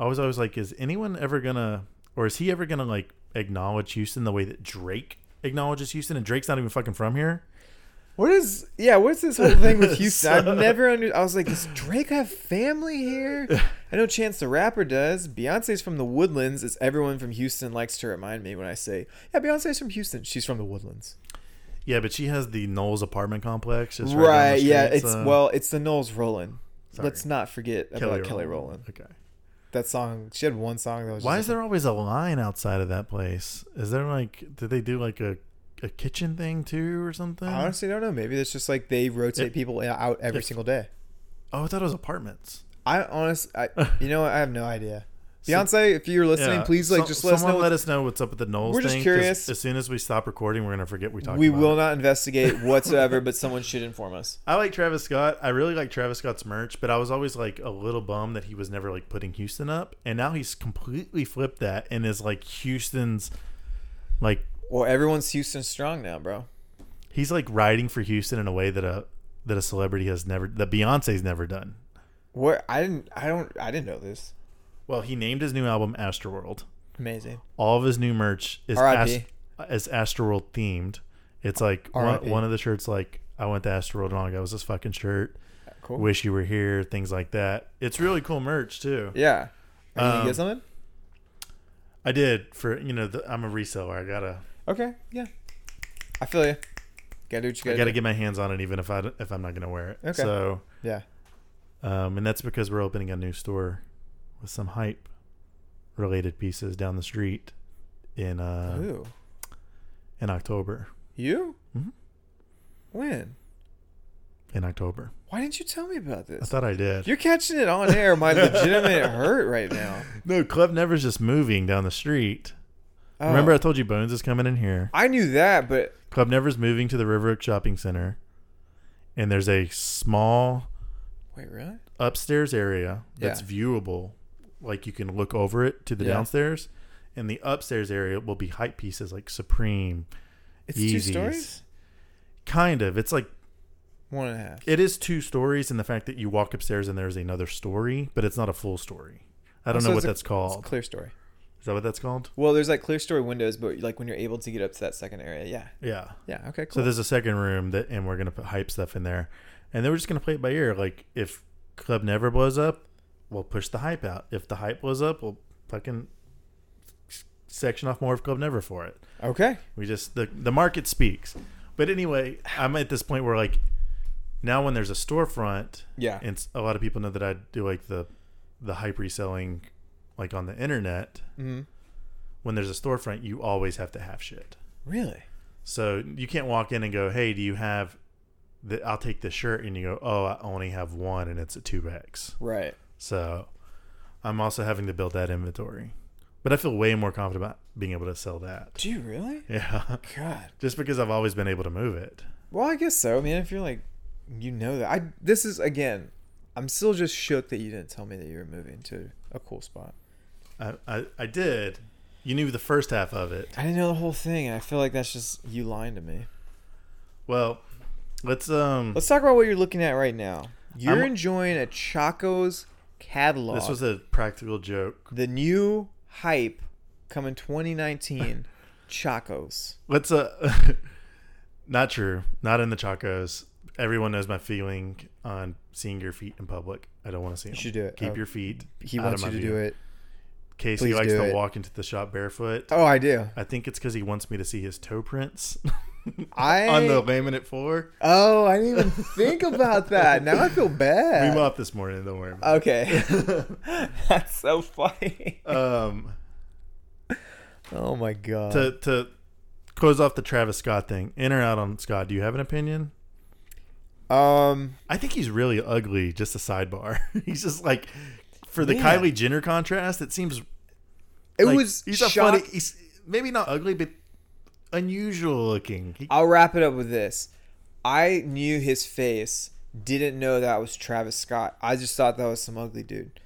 A: I was always like, is anyone ever gonna or is he ever gonna like acknowledge Houston the way that Drake acknowledges Houston, and Drake's not even fucking from here.
B: what is yeah? What's this whole thing with Houston?
A: So-
B: I've never under. I was like, does Drake have family here? I know Chance the Rapper does. Beyonce's from the Woodlands, as everyone from Houston likes to remind me when I say, yeah, Beyonce's from Houston. She's from the Woodlands.
A: Yeah, but she has the Knowles apartment complex. just
B: Right?
A: right down the
B: yeah.
A: street,
B: It's
A: so-
B: well, it's the Knowles Rollin.
A: Sorry.
B: Let's not forget about Kelly Rowland.
A: Okay.
B: That song. She had one song that was.
A: Why
B: just
A: is there always a line outside of that place? Is there like did they do like a, a kitchen thing too or something?
B: I honestly don't know. Maybe it's just like they rotate
A: It-
B: people in- out every
A: it-
B: single day.
A: oh, I thought it was apartments.
B: I honest, I you know, what? I have no idea. Beyonce, if you're listening,
A: Yeah.
B: please like
A: So-
B: just let us
A: someone
B: know.
A: let us know what's up with the Knowles.
B: We're just
A: thing, 'cause
B: curious.
A: As soon as we stop recording, we're gonna forget we talked.
B: we
A: about
B: will
A: it.
B: not investigate whatsoever, but someone should inform us.
A: I like Travis Scott. I really like Travis Scott's merch, but I was always like a little bummed that he was never like putting Houston up, and now he's completely flipped that and is like Houston's, like
B: Well, everyone's Houston strong now, bro.
A: he's like riding for Houston in a way that a that a celebrity has never that Beyonce's never done.
B: What I didn't, I don't, I didn't know this.
A: Well, he named his new album Astroworld.
B: Amazing.
A: All of his new merch is
B: R.I.P..
A: Ast- is Astroworld themed. It's like one,
B: R.I.P..
A: one of the shirts like I went to Astroworld and all I got was this fucking shirt.
B: Cool.
A: Wish you were here, things like that. It's really cool merch too.
B: yeah. Are you gonna
A: Um,
B: get something?
A: I did for you know the, I'm a reseller. I gotta
B: Okay. Yeah. I feel you. Gotta do what you gotta,
A: I gotta
B: do.
A: get my hands on it even if I don't- if I'm not gonna wear it.
B: Okay.
A: So
B: Yeah.
A: um, and that's because we're opening a new store with some hype related pieces down the street in uh
B: Ooh.
A: in October.
B: You?
A: Mhm.
B: When?
A: In October.
B: Why didn't you tell me about
A: I
B: this?
A: thought I did.
B: You're catching it on air. My legitimate hurt right now.
A: No, Clef Never's just moving down the street.
B: Oh.
A: Remember, I told you Bones is coming in here.
B: I knew that, but
A: Club Never's moving to the River Oak Shopping Center, and there's a small
B: wait, really?
A: upstairs area that's
B: Yeah.
A: viewable, like you can look over it to the
B: Yeah.
A: downstairs, and the upstairs area will be hype pieces like Supreme,
B: It's two
A: Yeezys.
B: stories?
A: Kind of. It's like
B: One and a half.
A: it is two stories, and the fact that you walk upstairs and there's another story, but it's not a full story. I don't
B: Oh, So
A: know what
B: it's a-
A: that's
B: It's
A: called.
B: clear story.
A: Is that what that's called?
B: Well, there's like clear story windows, but like when you're able to get up to that second area, yeah,
A: Yeah.
B: yeah, okay,
A: So
B: cool.
A: there's a second room that, and we're gonna put hype stuff in there, and then we're just gonna play it by ear. Like if club never blows up, we'll push the hype out. If the hype blows up, we'll fucking s- section off more of club never for it.
B: okay,
A: We just the the market speaks. But anyway, I'm at this point where like now when there's a storefront,
B: yeah,
A: and s- a lot of people know that I do like the the hype reselling, like on the internet.
B: mm-hmm.
A: When there's a storefront, you always have to have shit.
B: really,
A: So you can't walk in and go, "Hey, do you have the I'll take this shirt." And you go, "Oh, I only have one and it's a 2X."
B: right?
A: So I'm also having to build that inventory. But I feel way more confident about being able to sell that.
B: Do you really?
A: Yeah.
B: God.
A: Just because I've always been able to move it.
B: Well, I guess so. I mean, if you're like, you know that I. This is again, I'm still just shook that you didn't tell me that you were moving to a cool spot.
A: I I, I did. You knew the first half of it.
B: I didn't know the whole thing, and I feel like that's just you lying to me.
A: Well, let's um
B: Let's talk about what you're looking at right now. You're
A: I'm-
B: enjoying a Chaco's catalog.
A: this was a practical joke.
B: the new hype coming 2019 Chacos.
A: Let's uh not true. Not in the Chacos. everyone knows my feeling on seeing your feet in public. I don't want to see them.
B: should do it.
A: Keep
B: Oh.
A: your feet.
B: He
A: out
B: wants
A: of
B: you
A: my
B: to
A: view.
B: do it.
A: Casey
B: Please
A: likes
B: do
A: to
B: it.
A: walk into the shop barefoot.
B: Oh, I do.
A: I think it's because he wants me to see his toe prints
B: I
A: on the laminate floor.
B: Oh, I didn't even think about that. Now I feel
A: We
B: bad.
A: mopped this morning. Don't worry. About
B: Okay. That's so funny.
A: it. Um,
B: Oh my god.
A: to to close off the Travis Scott thing, in or out on Scott? Do you have an opinion?
B: um
A: I think he's really ugly. Just a sidebar. he's just like for the
F: Man.
A: Kylie Jenner contrast. It seems
B: it
A: like,
B: was
A: he's a
B: shock-
A: funny. He's maybe not ugly, but unusual looking. He-
F: I-
B: I'll wrap it up with this. I knew his face, didn't know that was Travis Scott. I just thought that was some ugly dude.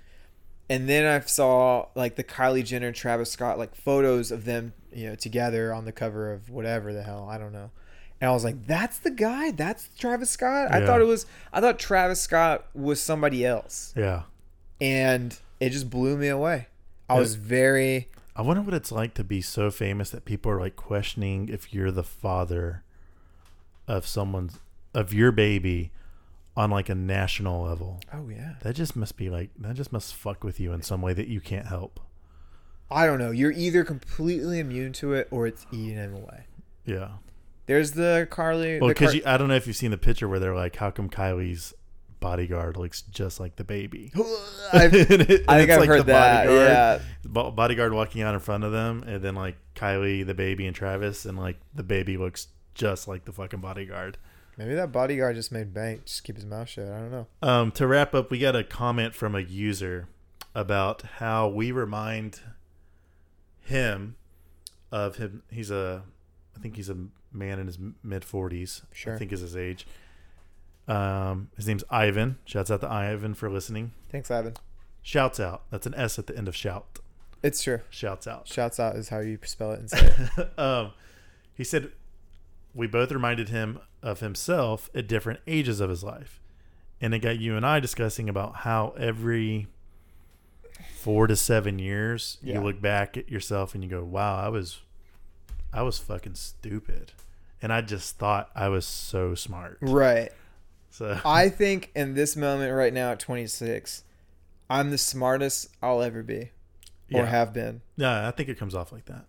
B: And then I saw like the Kylie Jenner, Travis Scott, like photos of them, you know, together on the cover of whatever the hell, I don't know. And I was like, that's the guy? That's Travis Scott? I
A: Yeah.
B: thought it was I thought Travis Scott was somebody else.
A: yeah.
B: And it just blew me away. I was very
A: I wonder what it's like to be so famous that people are like questioning if you're the father of someone's of your baby on like a national level.
B: Oh yeah.
A: That just must be like that just must fuck with you in some way that you can't help.
B: I don't know. You're either completely immune to it or it's eating him away.
A: Yeah.
B: There's the Carly.
A: Well,
B: the
A: because
B: Car-
A: I don't know if you've seen the picture where they're like, "How come Kylie's bodyguard looks just like the baby?"
B: I've-
A: And it-
B: I
A: and
B: think
A: it's
B: I've
A: like
B: heard
A: the
B: that.
A: bodyguard-
B: Yeah.
A: bo- bodyguard walking out in front of them, and then like Kylie, the baby, and Travis, and like the baby looks just like the fucking bodyguard.
B: Maybe that bodyguard just made bank. Just keep his mouth shut. I don't know.
A: Um, to wrap up, we got a comment from a user about how we remind him of him. He's a, I think he's a man in his mid forties.
B: Sure.
A: I think is his age. Um, his name's Ivan. Shouts out to Ivan for listening.
B: Thanks, Ivan.
A: Shouts out. That's an S at the end of shout.
B: It's true.
A: Shouts out.
B: Shouts out is how you spell it and say it.
A: um, he said we both reminded him of himself at different ages of his life, and it got you and I discussing about how every four to seven years
B: Yeah.
A: you look back at yourself and you go, "Wow, I was, I was fucking stupid," and I just thought I was so smart.
B: Right.
A: So
B: I think in this moment right now at 26, I'm the smartest I'll ever be or
A: Yeah.
B: have been.
A: yeah, I think it comes off like that.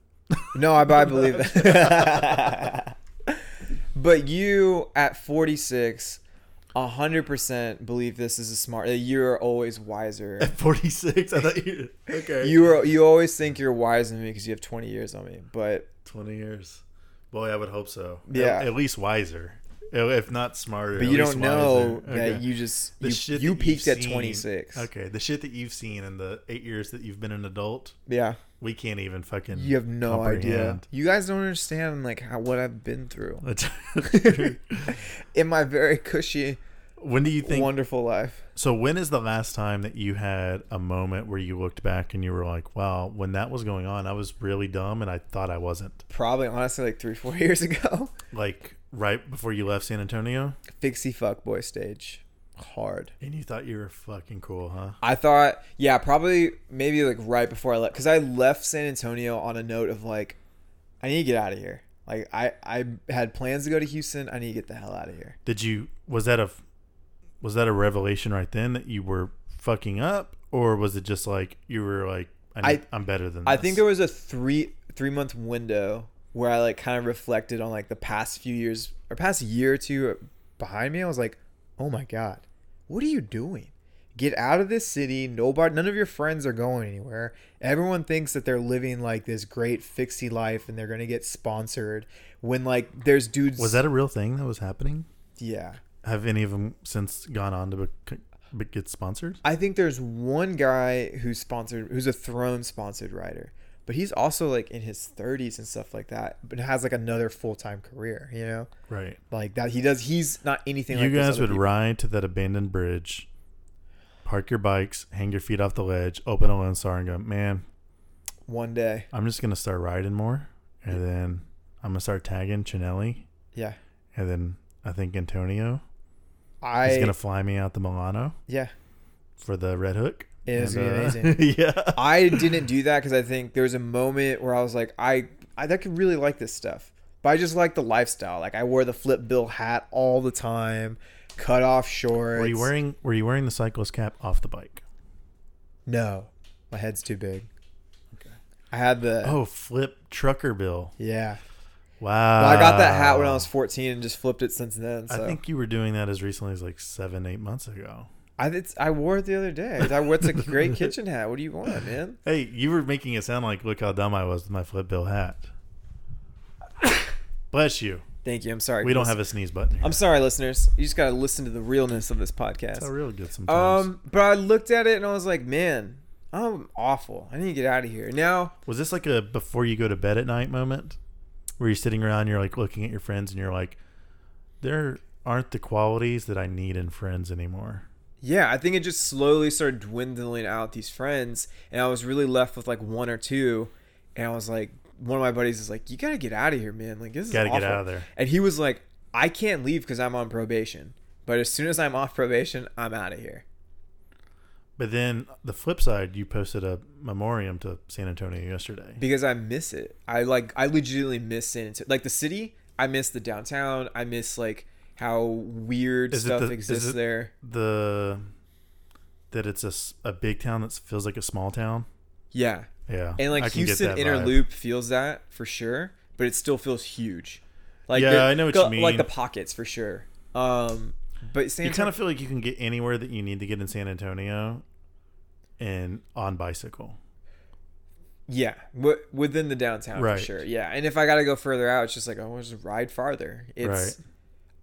B: No, I, I believe that. but you at 46, 100% believe this is a smart. that You're always wiser.
A: At forty six, I thought you okay.
B: You are, you always think you're wiser than me because you have 20 years on me, but
A: 20 years. Boy, I would hope so. At-
B: Yeah.
A: At, least wiser. If not smarter.
B: but
A: at
B: you
A: least
B: don't know
A: wiser.
B: that
A: Okay.
B: you just
A: The
B: you,
A: shit
B: you
A: that you've
B: peaked at
A: seen-
B: 26.
A: Okay. The shit that you've seen in the eight years that you've been an adult,
B: Yeah,
A: we can't even fucking.
B: you have no idea.
A: comprehend.
B: You guys don't understand like how what I've been through
A: It's-
B: in my very cushy,
A: when do you think.
B: wonderful life.
A: so, when is the last time that you had a moment where you looked back and you were like, wow, when that was going on, I was really dumb and I thought I wasn't?
B: Probably honestly like three four years ago.
A: Like right before you left San Antonio
B: Fixie fuckboy stage, hard.
A: and you thought you were fucking cool, huh?
B: I thought, yeah, probably maybe like right before I left, because I left San Antonio on a note of like, I need to get out of here. Like I, I had plans to go to Houston. I need to get the hell out of here.
A: did you was that a was that a revelation right then that you were fucking up or was it just like you were like I, need, I am better than
B: I
A: this?
B: think there was a three three month window where I like kind of reflected on like the past few years or past year or two behind me. I was like, oh my god, what are you doing? Get out of this city. Nobody, none of your friends are going anywhere. Everyone thinks that they're living like this great fixie life and they're gonna get sponsored. When like there's dudes.
A: was that a real thing that was happening
B: Yeah.
A: have any of them since gone on to bec- bec- get sponsored
B: I think there's one guy who's sponsored, who's a throne sponsored writer, but he's also like in his 30s and stuff like that, but has like another full time career, you know,
A: right
B: like that. He does. He's not anything.
A: you
B: like those
A: guys
B: other
A: would
B: people.
A: ride to that abandoned bridge park your bikes hang your feet off the ledge open a lone star and go man
B: one day.
A: i'm just gonna start riding more and then i'm gonna start tagging Chinelli
B: Yeah,
A: and then i think antonio is
B: I.
A: gonna fly me out to milano
B: yeah,
A: for the red hook.
B: It was
A: And,
B: gonna be
A: uh,
B: amazing.
A: yeah.
B: I didn't do that because I think there was a moment where I was like, I, I that could really like this stuff,
C: But I just like the lifestyle. Like I wore the flip bill hat all the time, cut off shorts.
A: Were you wearing Were you wearing the cyclist cap off the bike?
C: No, my head's too big. I had the
A: Oh, flip trucker bill.
C: yeah.
A: Wow.
C: Well, I got that hat when I was 14 and just flipped it since then. So
A: Uh, I think you were doing that as recently as like seven, eight months ago.
C: I, it's, I wore it the other day. I wore it's a great kitchen hat. What do you want, man?
A: Hey, you were making it sound like look how dumb I was with my flip bill hat. Bless you.
C: Thank you. I'm sorry.
A: We don't have a sneeze button here.
C: I'm sorry, listeners. You just gotta listen to the realness of this
A: That's
C: podcast.
A: how real good sometimes.
C: Um, but I looked at it and I was like, man, I'm awful. I need to get out of here. Now,
A: was this like a before you go to bed at night moment, where you're sitting around, you're like looking at your friends, and you're like, there aren't the qualities that I need in friends anymore.
B: yeah, I think it just slowly started dwindling out these friends, and I was really left with like one or two, and I was like, one of my buddies is like, "You gotta get out of here, man! Like this is
A: Gotta get
B: awful."
A: out of there.
B: And he was like, "I can't leave because I'm on probation, but as soon as I'm off probation, I'm out of here."
A: But then the flip side, you posted a memoriam to San Antonio yesterday.
B: because I miss it. I like I legitimately miss San Antonio. Like the city, I miss the downtown. I miss like how weird
A: Is it
B: stuff
A: the- is
B: exists
A: it-
B: there.
A: The that it's a, s- a big town that feels like a small town.
B: Yeah,
A: Yeah,
B: and like
A: I can get
B: Houston
A: that
B: inner
A: vibe.
B: loop feels that for sure, but it still feels huge. Like
A: Yeah,
B: the-
A: I know what
B: the-
A: you mean.
B: Like the pockets for sure. Um, but San
A: You kind
B: Antonio,
A: of feel like you can get anywhere that you need to get in San Antonio, and on bicycle.
B: yeah, w- within the downtown
A: Right.
B: for sure. Yeah, and if I gotta go further out, it's just like I want to ride farther. It's
A: Right.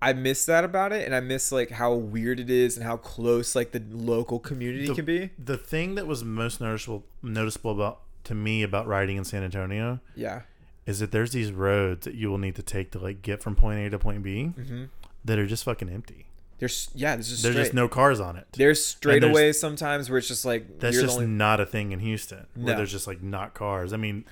B: I miss that about it, and I miss like how weird it is and how close like the local community
A: The-
B: can be.
A: The thing that was most noticeable noticeable about to me about riding in San Antonio
B: Yeah.
A: is that there's these roads that you will need to take to like get from point A to point B that are just fucking empty.
B: There's yeah, there's just
A: There's
B: Mm-hmm. straight.
A: just no cars on it.
B: there's
A: there's-
B: straightaways sometimes where it's just like
A: That's
B: you're
A: just
B: the only
A: not a thing in Houston where
B: No.
A: there's just like not cars. I mean,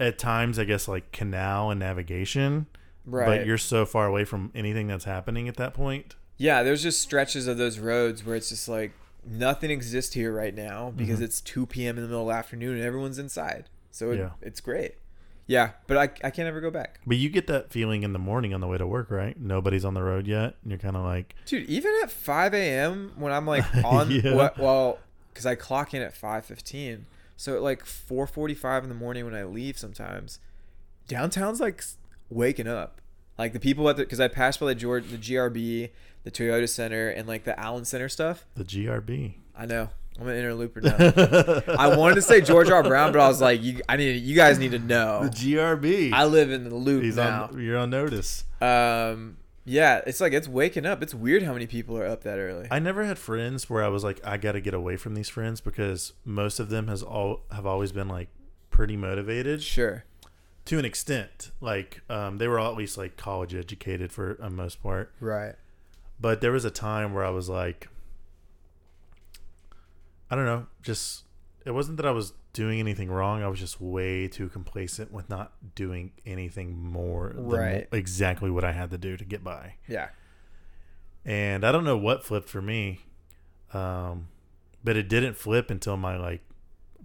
A: at times I guess like canal and navigation,
B: right.
A: but you're so far away from anything that's happening at that point.
B: yeah, there's just stretches of those roads where it's just like nothing exists here right now because
A: Mm-hmm.
B: it's 2 p.m. in the middle of the afternoon and everyone's inside. So it,
A: Yeah.
B: it's great. Yeah, but I I can't ever go back,
A: But you get that feeling in the morning on the way to work, right? Nobody's on the road yet, and you're kind of like,
B: dude. Even at 5 a.m. when I'm like on
A: Yeah.
B: wh- well, because I clock in at 5:15, so at like 4:45 in the morning when I leave sometimes, downtown's like s- waking up. Like the people at the because I passed by the George, the GRB, the Toyota Center, and like the Allen Center stuff.
A: the GRB.
B: I know I'm an interlooper now. I wanted to say George R. Brown, but I was like, you, I need you guys need to know.
A: GRB.
B: I live in the loop
A: He's
B: now.
A: on. You're on notice.
B: um, yeah, it's like it's waking up. It's weird how many people are up that early.
A: I never had friends where I was like, I got to get away from these friends because most of them has all have always been like pretty motivated
B: sure.
A: to an extent. Like um, they were all at least like college educated for a most part.
C: Right.
A: But there was a time where I was like, I don't know, just it wasn't that I was doing anything wrong. I was just way too complacent with not doing anything more than
C: Right.
A: exactly what I had to do to get by.
B: Yeah.
A: and I don't know what flipped for me, um, but it didn't flip until my like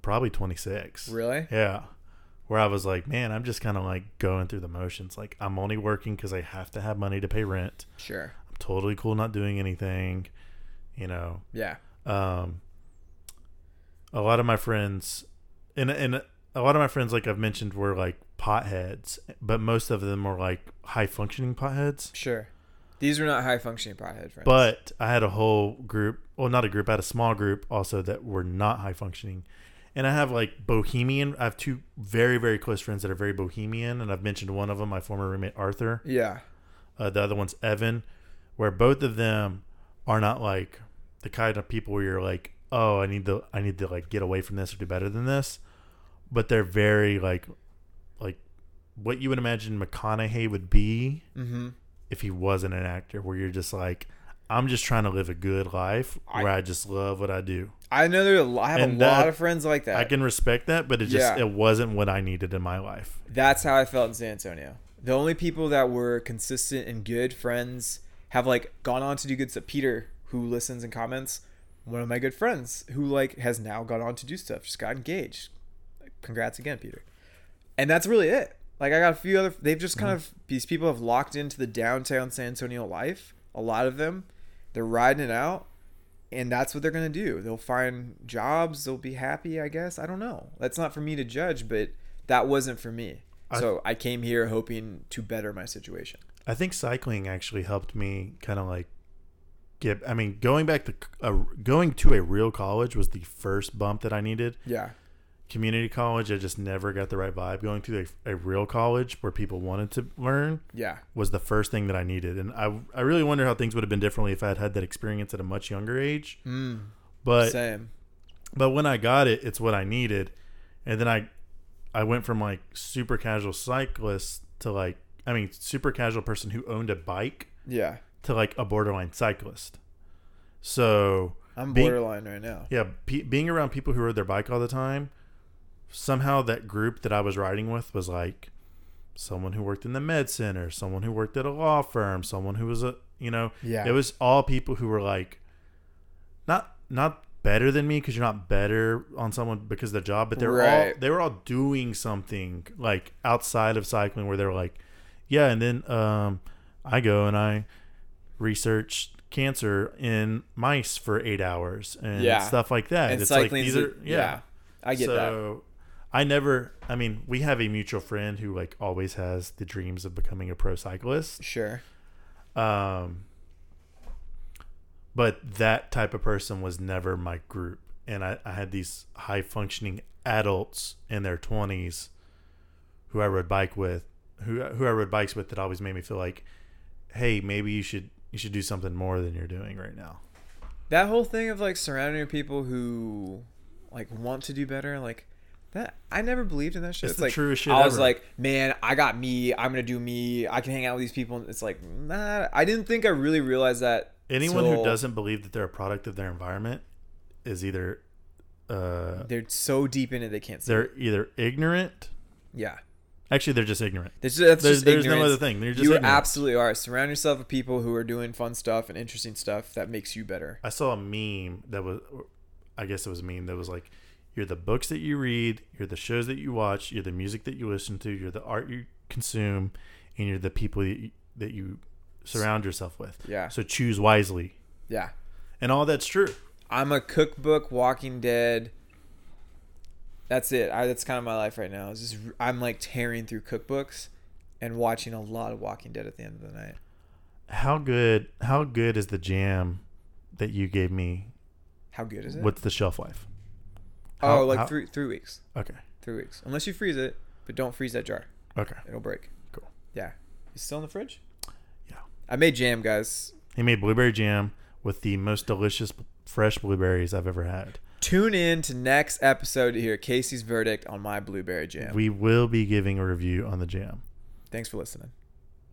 A: probably 26.
B: Really?
A: Yeah, where I was like, man, I'm just kind of like going through the motions. Like I'm only working because I have to have money to pay rent.
B: Sure.
A: I'm totally cool not doing anything, you know.
B: Yeah.
A: Um, a lot of my friends, and and a lot of my friends, like I've mentioned, were like potheads, but most of them were like high functioning potheads.
B: Sure. These are not high functioning pothead friends.
A: But I had a whole group, well, not a group, I had a small group also that were not high functioning. And I have like bohemian, I have two very, very close friends that are very bohemian. And I've mentioned one of them, my former roommate Arthur.
B: yeah.
A: Uh, the other one's Evan, where both of them are not like the kind of people where you're like, oh, I need to, I need to like get away from this or do better than this. But they're very like, like what you would imagine McConaughey would be
B: Mm-hmm.
A: if he wasn't an actor where you're just like i'm just trying to live a good life
B: I-
A: where i just love what i do
B: I know there. Are a lot, I have a
A: And that-
B: lot of friends like that.
A: i can respect that but it just
B: Yeah.
A: it wasn't what i needed in my life
B: That's how I felt in San Antonio. The only people that were consistent and good friends have like gone on to do good stuff. Peter, who listens and comments, one of my good friends, who like has now gone on to do stuff, just got engaged. Congrats again, Peter. And that's really it. Like I got a few other. They've just kind of these people have locked into the downtown San Antonio life. A lot of them, they're riding it out, and that's what they're gonna do. They'll find jobs. They'll be happy. I guess I don't know. That's not for me to judge, but that wasn't for me.
A: I-
B: so I came here hoping to better my situation.
A: I think cycling actually helped me kind of like get. I mean, going back to c- a, going to a real college was the first bump that I needed.
B: Yeah.
A: Community college, I just never got the right vibe. Going to a, a real college where people wanted to learn
B: Yeah.
A: was the first thing that I needed, and I I really wonder how things would have been differently if I had had that experience at a much younger age.
B: Mm,
A: But
B: same.
A: but when I got it, it's what I needed, and then I I went from like super casual cyclist to like I mean super casual person who owned a bike
B: Yeah.
A: to like a borderline cyclist. So
B: I'm
A: Being-
B: borderline right now.
A: yeah, pe being around people who rode their bike all the time, somehow that group that I was riding with was like someone who worked in the med center, someone who worked at a law firm, someone who was a you know
C: Yeah.
A: it was all people who were like not not better than me because you're not better on someone because of their job, but they were all
B: Right.
A: they were all doing something like outside of cycling where they were like yeah, and then um, I go and I research cancer in mice for eight hours and
B: Yeah.
A: stuff like that.
B: And
A: it's like
B: cycling's
A: these
B: a-
A: are yeah.
B: I get that.
A: so I never. I mean, we have a mutual friend who like always has the dreams of becoming a pro cyclist.
B: Sure.
A: Um, but that type of person was never my group, and I, I had these high functioning adults in their twenties who I rode bike with, who who I rode bikes with that always made me feel like, hey, maybe you should you should do something more than you're doing right now.
B: That whole thing of like surrounding people who like want to do better, like that I never believed in that shit.
A: It's the
B: like
A: truest shit
B: I was
A: ever.
B: like, man, I got me. I'm gonna do me. I can hang out with these people. And It's like, nah. I didn't think I really realized that.
A: Anyone who
B: till
A: doesn't believe that they're a product of their environment is either uh,
B: they're so deep in it they can't see. it.
A: they're either ignorant.
B: Yeah.
A: Actually, they're just ignorant.
B: That's just, that's
A: There's-
B: just
A: there's no
B: ignorance.
A: other thing. They're just
B: you
A: ignorant.
B: absolutely are. Surround yourself with people who are doing fun stuff and interesting stuff that makes you better.
A: I saw a meme that was, I guess it was a meme that was like, you're the books that you read, you're the shows that you watch, you're the music that you listen to, you're the art you consume, and you're the people that you, that you surround yourself with.
B: Yeah.
A: So choose wisely,
B: Yeah.
A: and all that's true.
B: I'm a cookbook, Walking Dead. That's it. I, that's kind of my life right now. Is just I'm like tearing through cookbooks and watching a lot of Walking Dead at the end of the night.
A: How good? How good is the jam that you gave me?
B: How good is it?
A: What's the shelf life?
B: oh,
A: how-
B: like
A: how-
B: three three weeks.
A: Okay.
B: Three weeks. Unless you freeze it, but don't freeze that jar.
A: Okay.
B: It'll break.
A: Cool.
B: Yeah. It's still in the fridge.
A: Yeah.
B: I made jam, guys.
A: He made blueberry jam with the most delicious fresh blueberries I've ever had.
B: Tune in to next episode to hear Casey's verdict on my blueberry jam.
A: We will be giving a review on the jam.
B: Thanks for listening.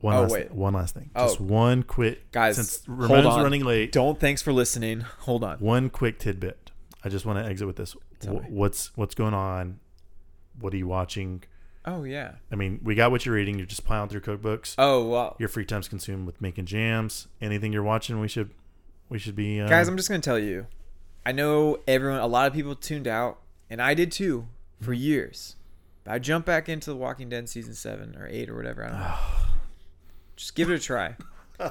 A: One
B: Oh,
A: last
B: wait.
A: one last thing.
B: Oh.
A: Just one quick
B: Guys,
A: Since
B: hold
A: Ramon's
B: on.
A: running late,
B: Don't thanks for listening. Hold on.
A: one quick tidbit. I just want to exit with this.
B: Tell
A: Wh-
B: me.
A: What's what's going on? What are you watching?
B: Oh yeah.
A: I mean, we got what you're reading. You're just piling through cookbooks.
B: Oh well.
A: Your free time's consumed with making jams. Anything you're watching, we should we should be uh,
B: Guys, I'm just gonna tell you. I know everyone. A lot of people tuned out, and I did too for
A: Mm-hmm.
B: years. But I jumped back into The Walking Dead season seven or eight or whatever. I don't know. just give it a try.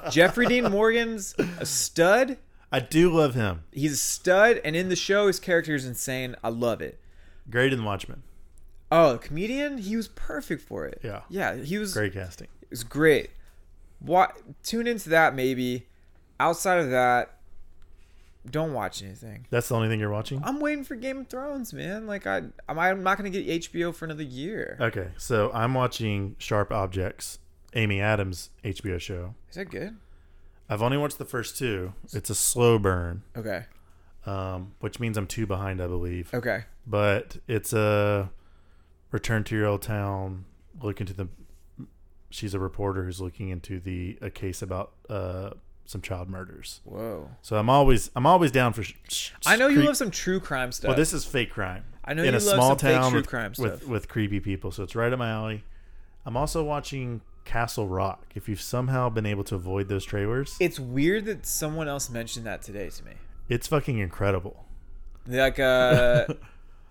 B: Jeffrey Dean Morgan's a stud.
A: I do love him.
B: He's a stud, and in the show, his character is insane. I love it.
A: Great in Watchmen.
B: Oh, the comedian, he was perfect for it.
A: Yeah.
B: yeah, he was
A: Great casting.
B: It was great. What tune into that maybe. Outside of that, don't watch anything.
A: That's the only thing you're watching.
B: I'm waiting for Game of Thrones, man. Like I, I'm, I'm not gonna get HBO for another year.
A: Okay, so I'm watching Sharp Objects, Amy Adams HBO show.
B: Is that good?
A: I've only watched the first two. It's a slow burn.
B: Okay.
A: um, which means I'm two behind, I believe.
B: Okay.
A: But it's a return to your old town. Look into the. She's a reporter who's looking into the a case about uh, some child murders.
B: Whoa.
A: So I'm always I'm always down for. Sh- sh-
B: I know you
A: creep-
B: love some true crime stuff.
A: Well, this is fake crime.
B: I know you love some fake true
A: with,
B: crime
A: with
B: stuff.
A: with creepy people, so it's right up my alley. I'm also watching Castle Rock. If you've somehow been able to avoid those trailers,
B: it's weird that someone else mentioned that today to me.
A: it's fucking incredible.
B: Like, uh,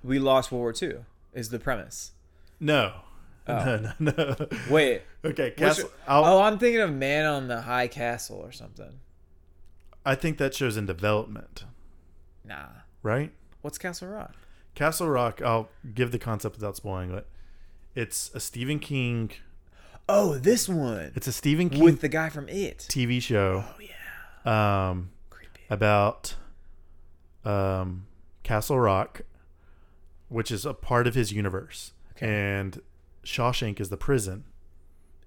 B: we lost World War II is the premise.
A: No,
B: Oh.
A: No, no, no.
B: Wait.
A: Okay,
B: Which-
A: Castle. I'll-
B: oh, I'm thinking of Man on the High Castle or something.
A: I think that show's in development,
B: Nah.
A: right?
B: What's Castle Rock?
A: Castle Rock. I'll give the concept without spoiling it. It's a Stephen King.
B: Oh, this one
A: It's a Stephen King
B: with the guy from It.
A: TV show.
B: Oh yeah,
A: Um,
B: creepy.
A: about um, Castle Rock, which is a part of his universe,
B: Okay.
A: and Shawshank is the prison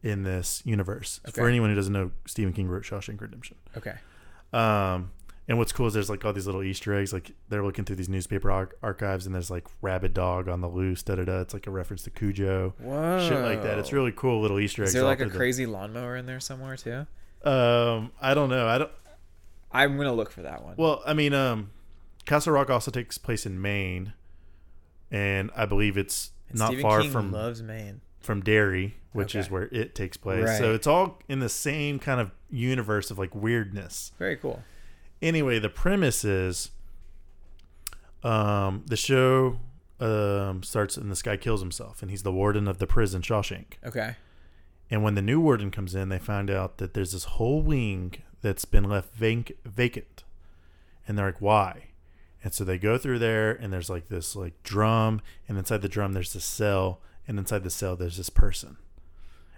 A: in this universe. For
B: Okay.
A: anyone who doesn't know, Stephen King wrote Shawshank Redemption.
B: Okay.
A: Um, and what's cool is there's like all these little Easter eggs. Like they're looking through these newspaper ar- archives, and there's like rabid dog on the loose. Da da da. It's like a reference to Cujo.
B: Whoa.
A: Shit like that. It's really cool little Easter eggs.
B: Is there
A: all
B: like a
A: through the-
B: crazy lawnmower in there somewhere too?
A: Um, I don't know. I don't.
B: I'm gonna look for that one.
A: Well, I mean, um, Castle Rock also takes place in Maine, and I believe it's
B: And
A: not
B: Stephen
A: far
B: King
A: from
B: loves Maine.
A: from Derry, which
B: Okay.
A: is where it takes place. So
C: Right.
A: it's all in the same kind of universe of like weirdness.
B: Very cool.
A: Anyway, the premise is, um, the show um starts and this guy kills himself, and he's the warden of the prison Shawshank.
B: Okay.
A: And when the new warden comes in, they find out that there's this whole wing that's been left vanc- vacant. And they're like, why? And so they go through there, and there's like this like drum, and inside the drum there's this cell, and inside the cell there's this person,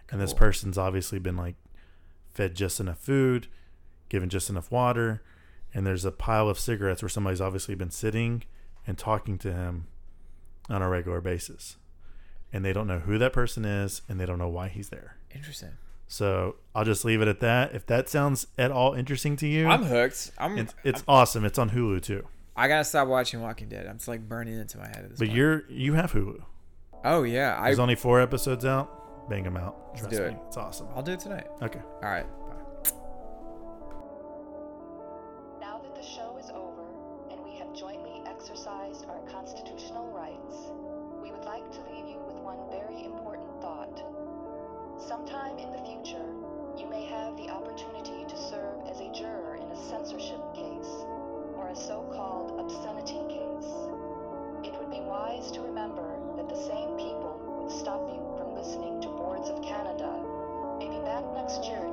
A: and this
B: Cool.
A: person's obviously been like fed just enough food, given just enough water, and there's a pile of cigarettes where somebody's obviously been sitting and talking to him on a regular basis, and they don't know who that person is, and they don't know why he's there.
B: Interesting.
A: So I'll just leave it at that. If that sounds at all interesting to you,
B: I'm hooked. I'm.
A: it's, it's awesome. It's on Hulu too.
B: I gotta stop watching Walking Dead. I'm just like burning into my head at this
A: But
B: point.
A: you're you have Hulu.
B: Oh yeah, I.
A: There's only four episodes out. Bang them out. Trust
B: do
A: me,
B: it.
A: it's awesome.
B: I'll do it tonight.
A: Okay.
B: All right.
G: Now that the show is over and we have jointly exercised our constitutional rights, we would like to leave you with one very important thought. Sometime in the future, you may have the opportunity to serve as a juror in a censorship case or a so called obscenity case. It would be wise to remember that the same people who would stop you from listening to Boards of Canada may be back next year